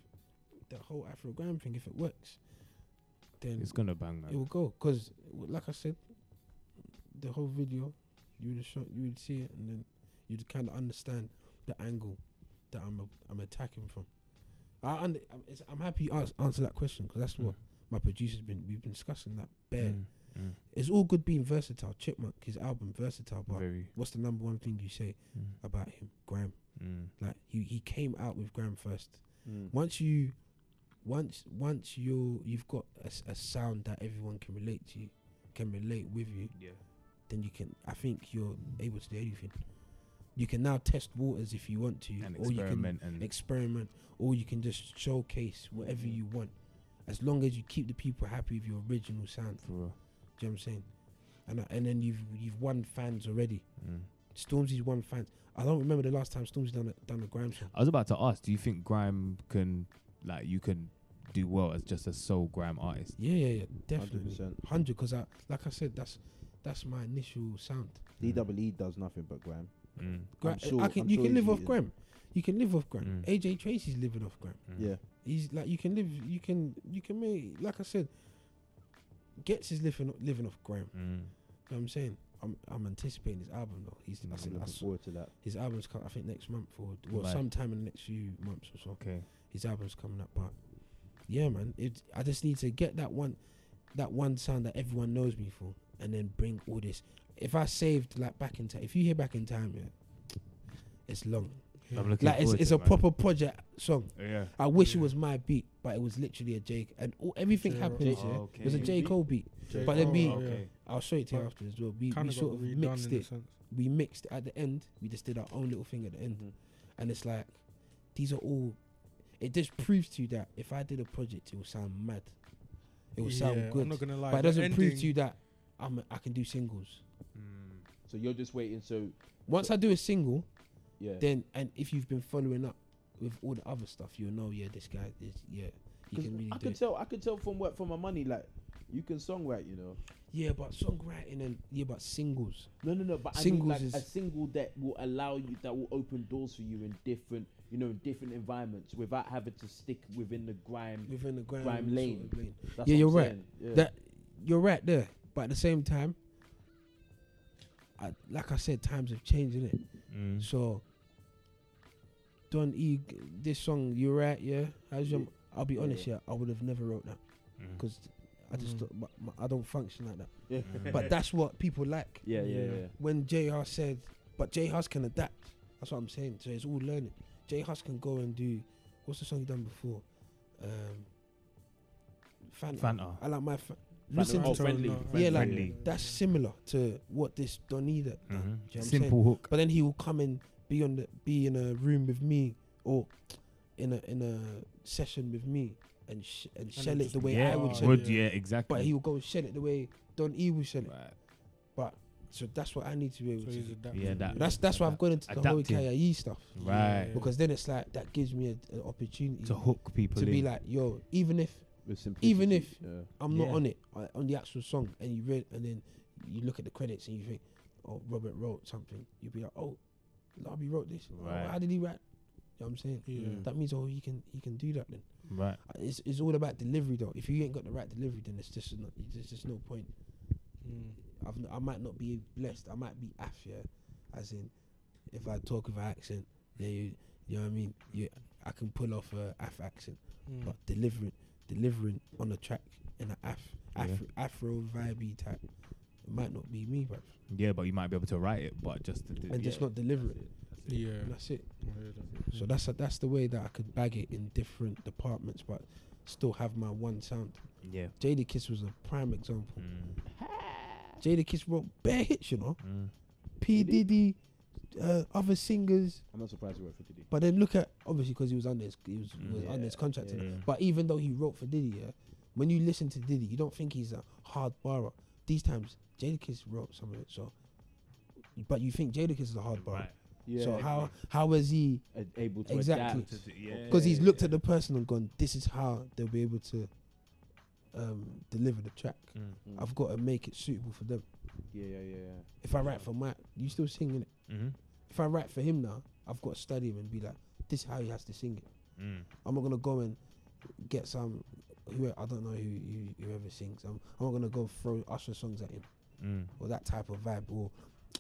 the whole Afro gram thing. If it works, then It's gonna bang, it man. will go. Cause w- like I said, the whole video, you would show, you would see it, and then you'd kind of understand the angle that I'm a, I'm attacking from. I under, I'm, it's, I'm happy you asked, answer that question because that's what Mm. my producer's been. We've been discussing that. Bare. Mm, mm. It's all good being versatile. Chipmunk, his album versatile, but Very. what's the number one thing you say Mm, about him? Graham. mm. Like he, he came out with Graham first. Mm. Once you once once you you've got a, s- a sound that everyone can relate to, you, can relate with you, Yeah. then you can I think you're able to do anything. You can now test waters if you want to And or you can experiment and experiment or you can just showcase whatever you want. As long as you keep the people happy with your original sound. for real. Do you know what I'm saying? And I- and then you've you've won fans already. Mm. Stormzy's won fans. I don't remember the last time Stormzy done a, done a grime song. I was about to ask, do you think grime can like you can do well as just a soul grime artist? Yeah, yeah, yeah, definitely, 100%. hundred. Because I, like I said, that's that's my initial sound. DWE E does nothing but Graham. Mm. Gra- I'm sure- I can, I'm you sure can he live off is. Graham. You can live off Graham. Mm. AJ Tracy's living off Graham. Mm. Yeah, He's like, you can live, you can, you can make. Like I said, Gets is living living off Graham. Mm. You know what I'm saying? I'm I'm anticipating his album though. He's I Mm. said, I'm I looking s- forward to that. his album's coming. I think next month or well, Right. sometime in the next few months or so. Okay. his album's coming up. But yeah, man, it, I just need to get that one, that one sound that everyone knows me for, and then bring all this. If I saved like back in time, if you hear back in time, yeah, it's long. I'm looking Like it's, forward it's to a it, man. proper project song. Yeah. I wish it Yeah. was my beat, but it was literally a J and all, everything J- happened. J- yeah. Okay. It was a J Cole beat. J. But then Cole, me- yeah. Okay. I'll show it to you But after as well. We, we Kinda sort got of redone mixed in a it. sense. We mixed it at the end. We just did our own little thing at the end. Mm-hmm. and it's like these are all it just proves to you that if I did a project it would sound mad it would sound Yeah, I'm good not gonna lie. but it the doesn't prove to ending- you that I'm I can do singles Mm. So you're just waiting. So once I do a single yeah, then and if you've been following up with all the other stuff you'll know yeah this guy is yeah he 'Cause can really I do could it. tell. I could tell from what from my money. Like you can songwrite, you know. yeah but songwriting and yeah but singles No, no, no. But Singles I mean, is- like a single that will allow you, that will open doors for you in different, you know, in different environments without having to stick within the grime. within the grime, Grime sort lane. of lane. That's Yeah, what you're I'm right. saying. Yeah. That you're right there, but at the same time, I, like I said, times have changed, innit? Mm. So, Don E, g- this song, you're right, yeah. As your, I'll be Yeah. honest, yeah, I would have never wrote that Mm. because I just Mm. don't- my, my, I don't function like that. yeah. Mm. But that's what people like. yeah, yeah, Yeah. yeah. When J Hus said, but J Hus can adapt. That's what I'm saying. So it's all learning. J Hus can go and do. What's the song he done before? Um, Fanta. Fanta. I like my. Fa- Listen listen to oh, to it. friendly, Yeah, friendly. yeah, like friendly. that's similar to what this Donny that. Mhm. Mm-hmm. I'm saying? Simple hook. But then he will come and be on the, be in a room with me, or in a in a session with me and sh- and then shell it just the way Yeah, I would shell would, it, yeah, exactly. but he will go and shell it the way Don E will shell it. Right. But so that's what I need to be able So to. he's do. adapting. Yeah, that- That's that's why I've gone into the whole Adapting. Kaye stuff Right. Yeah. because then it's like that gives me a- an opportunity To hook people to be in. like, yo, even if With Even simplicity, if- yeah. I'm Yeah. not on it uh, on the actual song, and you read, and then you look at the credits and you think, oh, Robert wrote something. You'd be like, oh, Larby wrote this. Oh, Right. how did he write? You know what I'm saying? Yeah. That means oh, he can he can do that then. Right. Uh, It's, it's all about delivery though. If you ain't got the right delivery, then it's just not, there's just no point. Mm. I've n- I might not be blessed. I might be af, yeah. As in, if I talk with an accent, yeah, you, you know what I mean. You, I can pull off a af accent Mm. but delivering delivering on a track in an af, Yeah. afro, afro vibey type it might not be me bruv. Yeah, but you might be able to write it, but just to do, and just not deliver it yeah. and that's it I hear that. so that's a, that's the way that I could bag it in different departments but still have my one sound Yeah. Jada Kiss was a prime example Mm. *laughs* Jada Kiss wrote bare hits you know Mm. P Diddy uh, other singers I'm not surprised you wrote for Diddy. but then look at obviously because he was under his he was, Mm. was under his Yeah, contract yeah. But even though he wrote for Diddy, yeah, when you listen to Diddy, you don't think he's a hard barrer. These times, Jadakiss wrote some of it, so. But you think Jadakiss is a hard barrer. Right. Yeah, so how how is he? a- able to Exactly. adapt? Yeah. Because he's looked at the person and gone, this is how they'll be able to um, deliver the track. Mm. Mm. I've got to make it suitable for them. Yeah, yeah, yeah, yeah. If I write for Matt, you still singing it. Mhm. If I write for him now, I've got to study him and be like, this is how he has to sing it. Mm. I'm not gonna go and get some. Who I don't know who, who whoever sings. I'm, I'm not gonna go throw Usher songs at him Mm. or that type of vibe or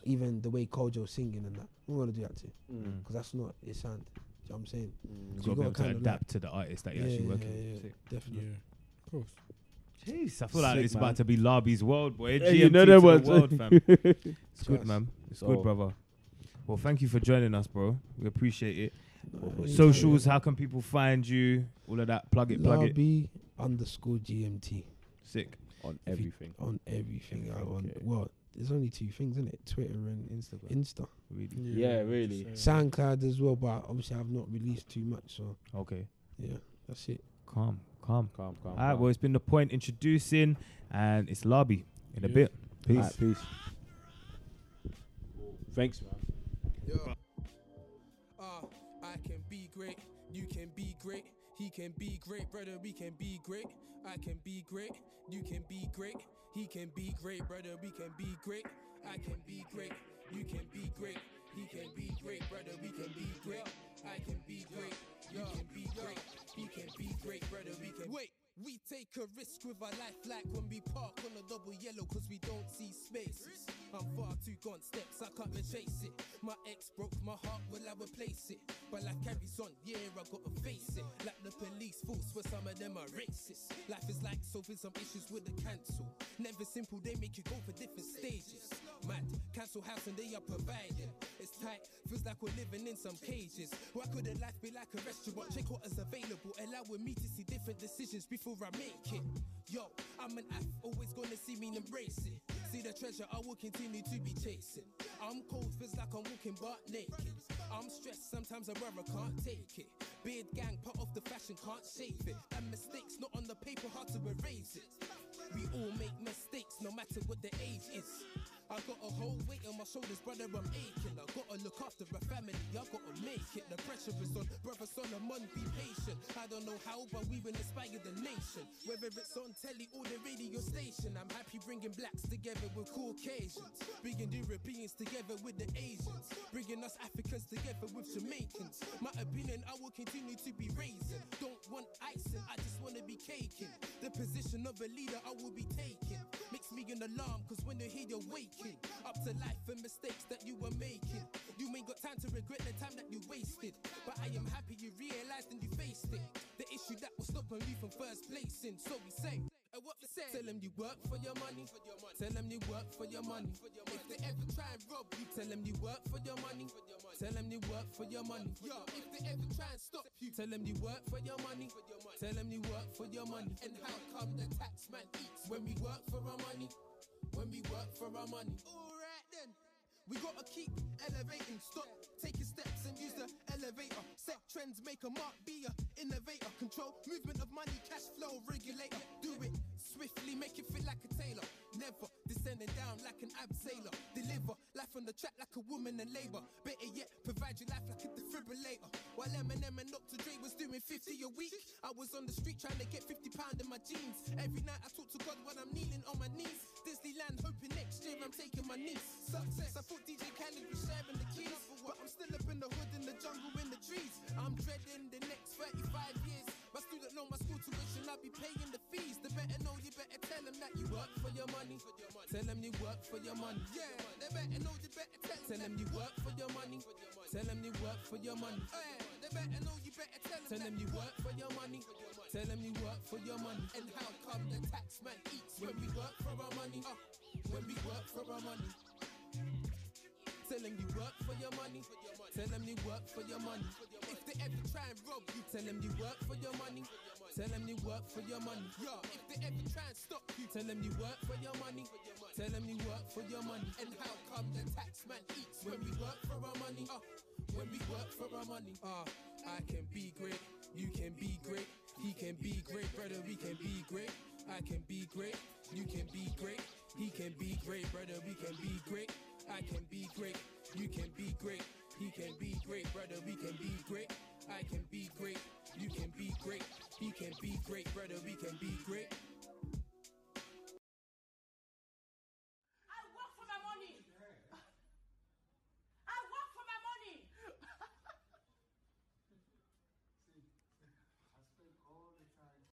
even the way Kojo's singing and that. I'm not gonna do that to Mm. because that's not his sound. Do you know what I'm saying? You've Mm. you got to be gotta able to kinda adapt to the artist that you're actually working yeah, with. yeah, definitely. Yeah. Of course. Jeez, I feel like Sick, it's man. about to be Larby's world, boy. Yeah, GMT you know to that the was- world, *laughs* *laughs* fam. It's good, Trust. man. It's So- good, brother. Well, thank you for joining us, bro. We appreciate it. Nah, Socials, how can people find you? All of that. Plug it, plug it. Larby underscore GMT Sick. On you- everything. on everything. I Everything, want. okay. Well, there's only two things, isn't it? Twitter and Instagram. Insta, Really. Yeah, really. just, uh, SoundCloud as well. But obviously, I've not released too much, so Okay. yeah, that's it. Calm, calm. Calm, calm. All right, well, it's been the point introducing, and it's Larby in a Yeah. bit. Peace. Alright, peace. Thanks, man. Yeah. Uh, I can be great, you can be great, he can be great, brother, we can be great. I can be great, you can be great, he can be great, brother, we can be great. I can be great, you can be great, he can be great, brother, we can be great. I can be great, you can be great, he can be great, brother, we can wait. We take a risk with our life like when we park on a double yellow cause we don't see spaces. I'm far too gone steps, I can't retrace it. My ex broke my heart, will I replace it? But life carries on, yeah, I gotta face it. Like the police, force where some of them are racist. Life is like solving some issues with the cancel. Never simple, they make you go for different stages. Mad, cancel house and they are providing. It's tight, feels like we're living in some cages. Why couldn't life be like a restaurant? Check what is available, allowing me to see different decisions before I make it. Yo, I'm an app, always gonna see me embrace it. See the treasure, I will continue to be chasing. I'm cold, feels like I'm walking butt naked. I'm stressed, sometimes I rather can't take it. Beard gang, part of the fashion, can't shave it. And mistakes not on the paper, hard to erase it. We all make mistakes, no matter what the age is. I got a whole weight on my shoulders, brother, I'm aching. I gotta look after a family, I gotta make it. The pressure is on, brother Solomon, be patient. I don't know how, but we will inspire the nation. Whether it's on telly or the radio station, I'm happy bringing blacks together with Caucasians, bringing Europeans together with the Asians, bringing us Africans together with Jamaicans. My opinion, I will continue to be raising. Don't want icing, I just wanna be caking. The position of a leader I will be taking makes me an alarm, cause when you hear you're waking up to life and mistakes that you were making, you ain't got time to regret the time that you wasted. But I am happy you realized and you faced it. The issue that was stopping you from first placing, so we say. And what we say? Tell them you work for your money. Tell them you work for your money. If they ever try and rob you, tell them you work for your money. Tell them you work for your money. Yo, if they ever try and stop you, tell them you work for your money. Tell them you work for your money. And how come the tax man eats when we work for our money? When we work for our money. Alright then. We gotta keep elevating, stop taking steps and use the elevator. Set trends maker, mark be a innovator, control movement of money, cash flow regulator. Do it swiftly, make it fit like a tailor. Never descending down like an abseiler. Deliver life on the track like a woman in labor. Better yet, provide your life like a defibrillator. While Eminem and Dr. Dre was doing 50 a week, I was on the street trying to get 50 pound in my jeans. Every night I talk to God when I'm kneeling on my knees. Disneyland, hoping next year I'm taking my niece. Success, I thought DJ Khaled was sharing the keys, but I'm still up in the hood, in the jungle, in the trees. I'm dreading the next 35 years. My student loan, my school tuition, I'll be paying the fees. The better know, you better tell them that you work for your money. Tell them you work for your money. Yeah, they better know, you better tell them. Tell them you work for your money. Tell them you work for your money. Hey, they better know, you better tell them. Tell them you work for your money. Tell them you work for your money. And how come the tax man eats when we work for our money? Uh, when we work for our money. Tell them you work for your money. Tell them you work for your money. If they ever try and rob you, tell them you work for your money. Tell them you work for your money. Yo, if they ever try and stop you, tell them you work for your money. Tell them you work for your money. And how come the tax man eats when we work for our money? Uh, when we work for our money. Uh, I can be great, you can be great, he can be great, brother, we can be great. I can be great, you can be great, he can be great, brother, we can be great. I can be great, you can be great, he can be great, brother, we can be great. I can be great, you can be great, he can be great, brother, we can be great.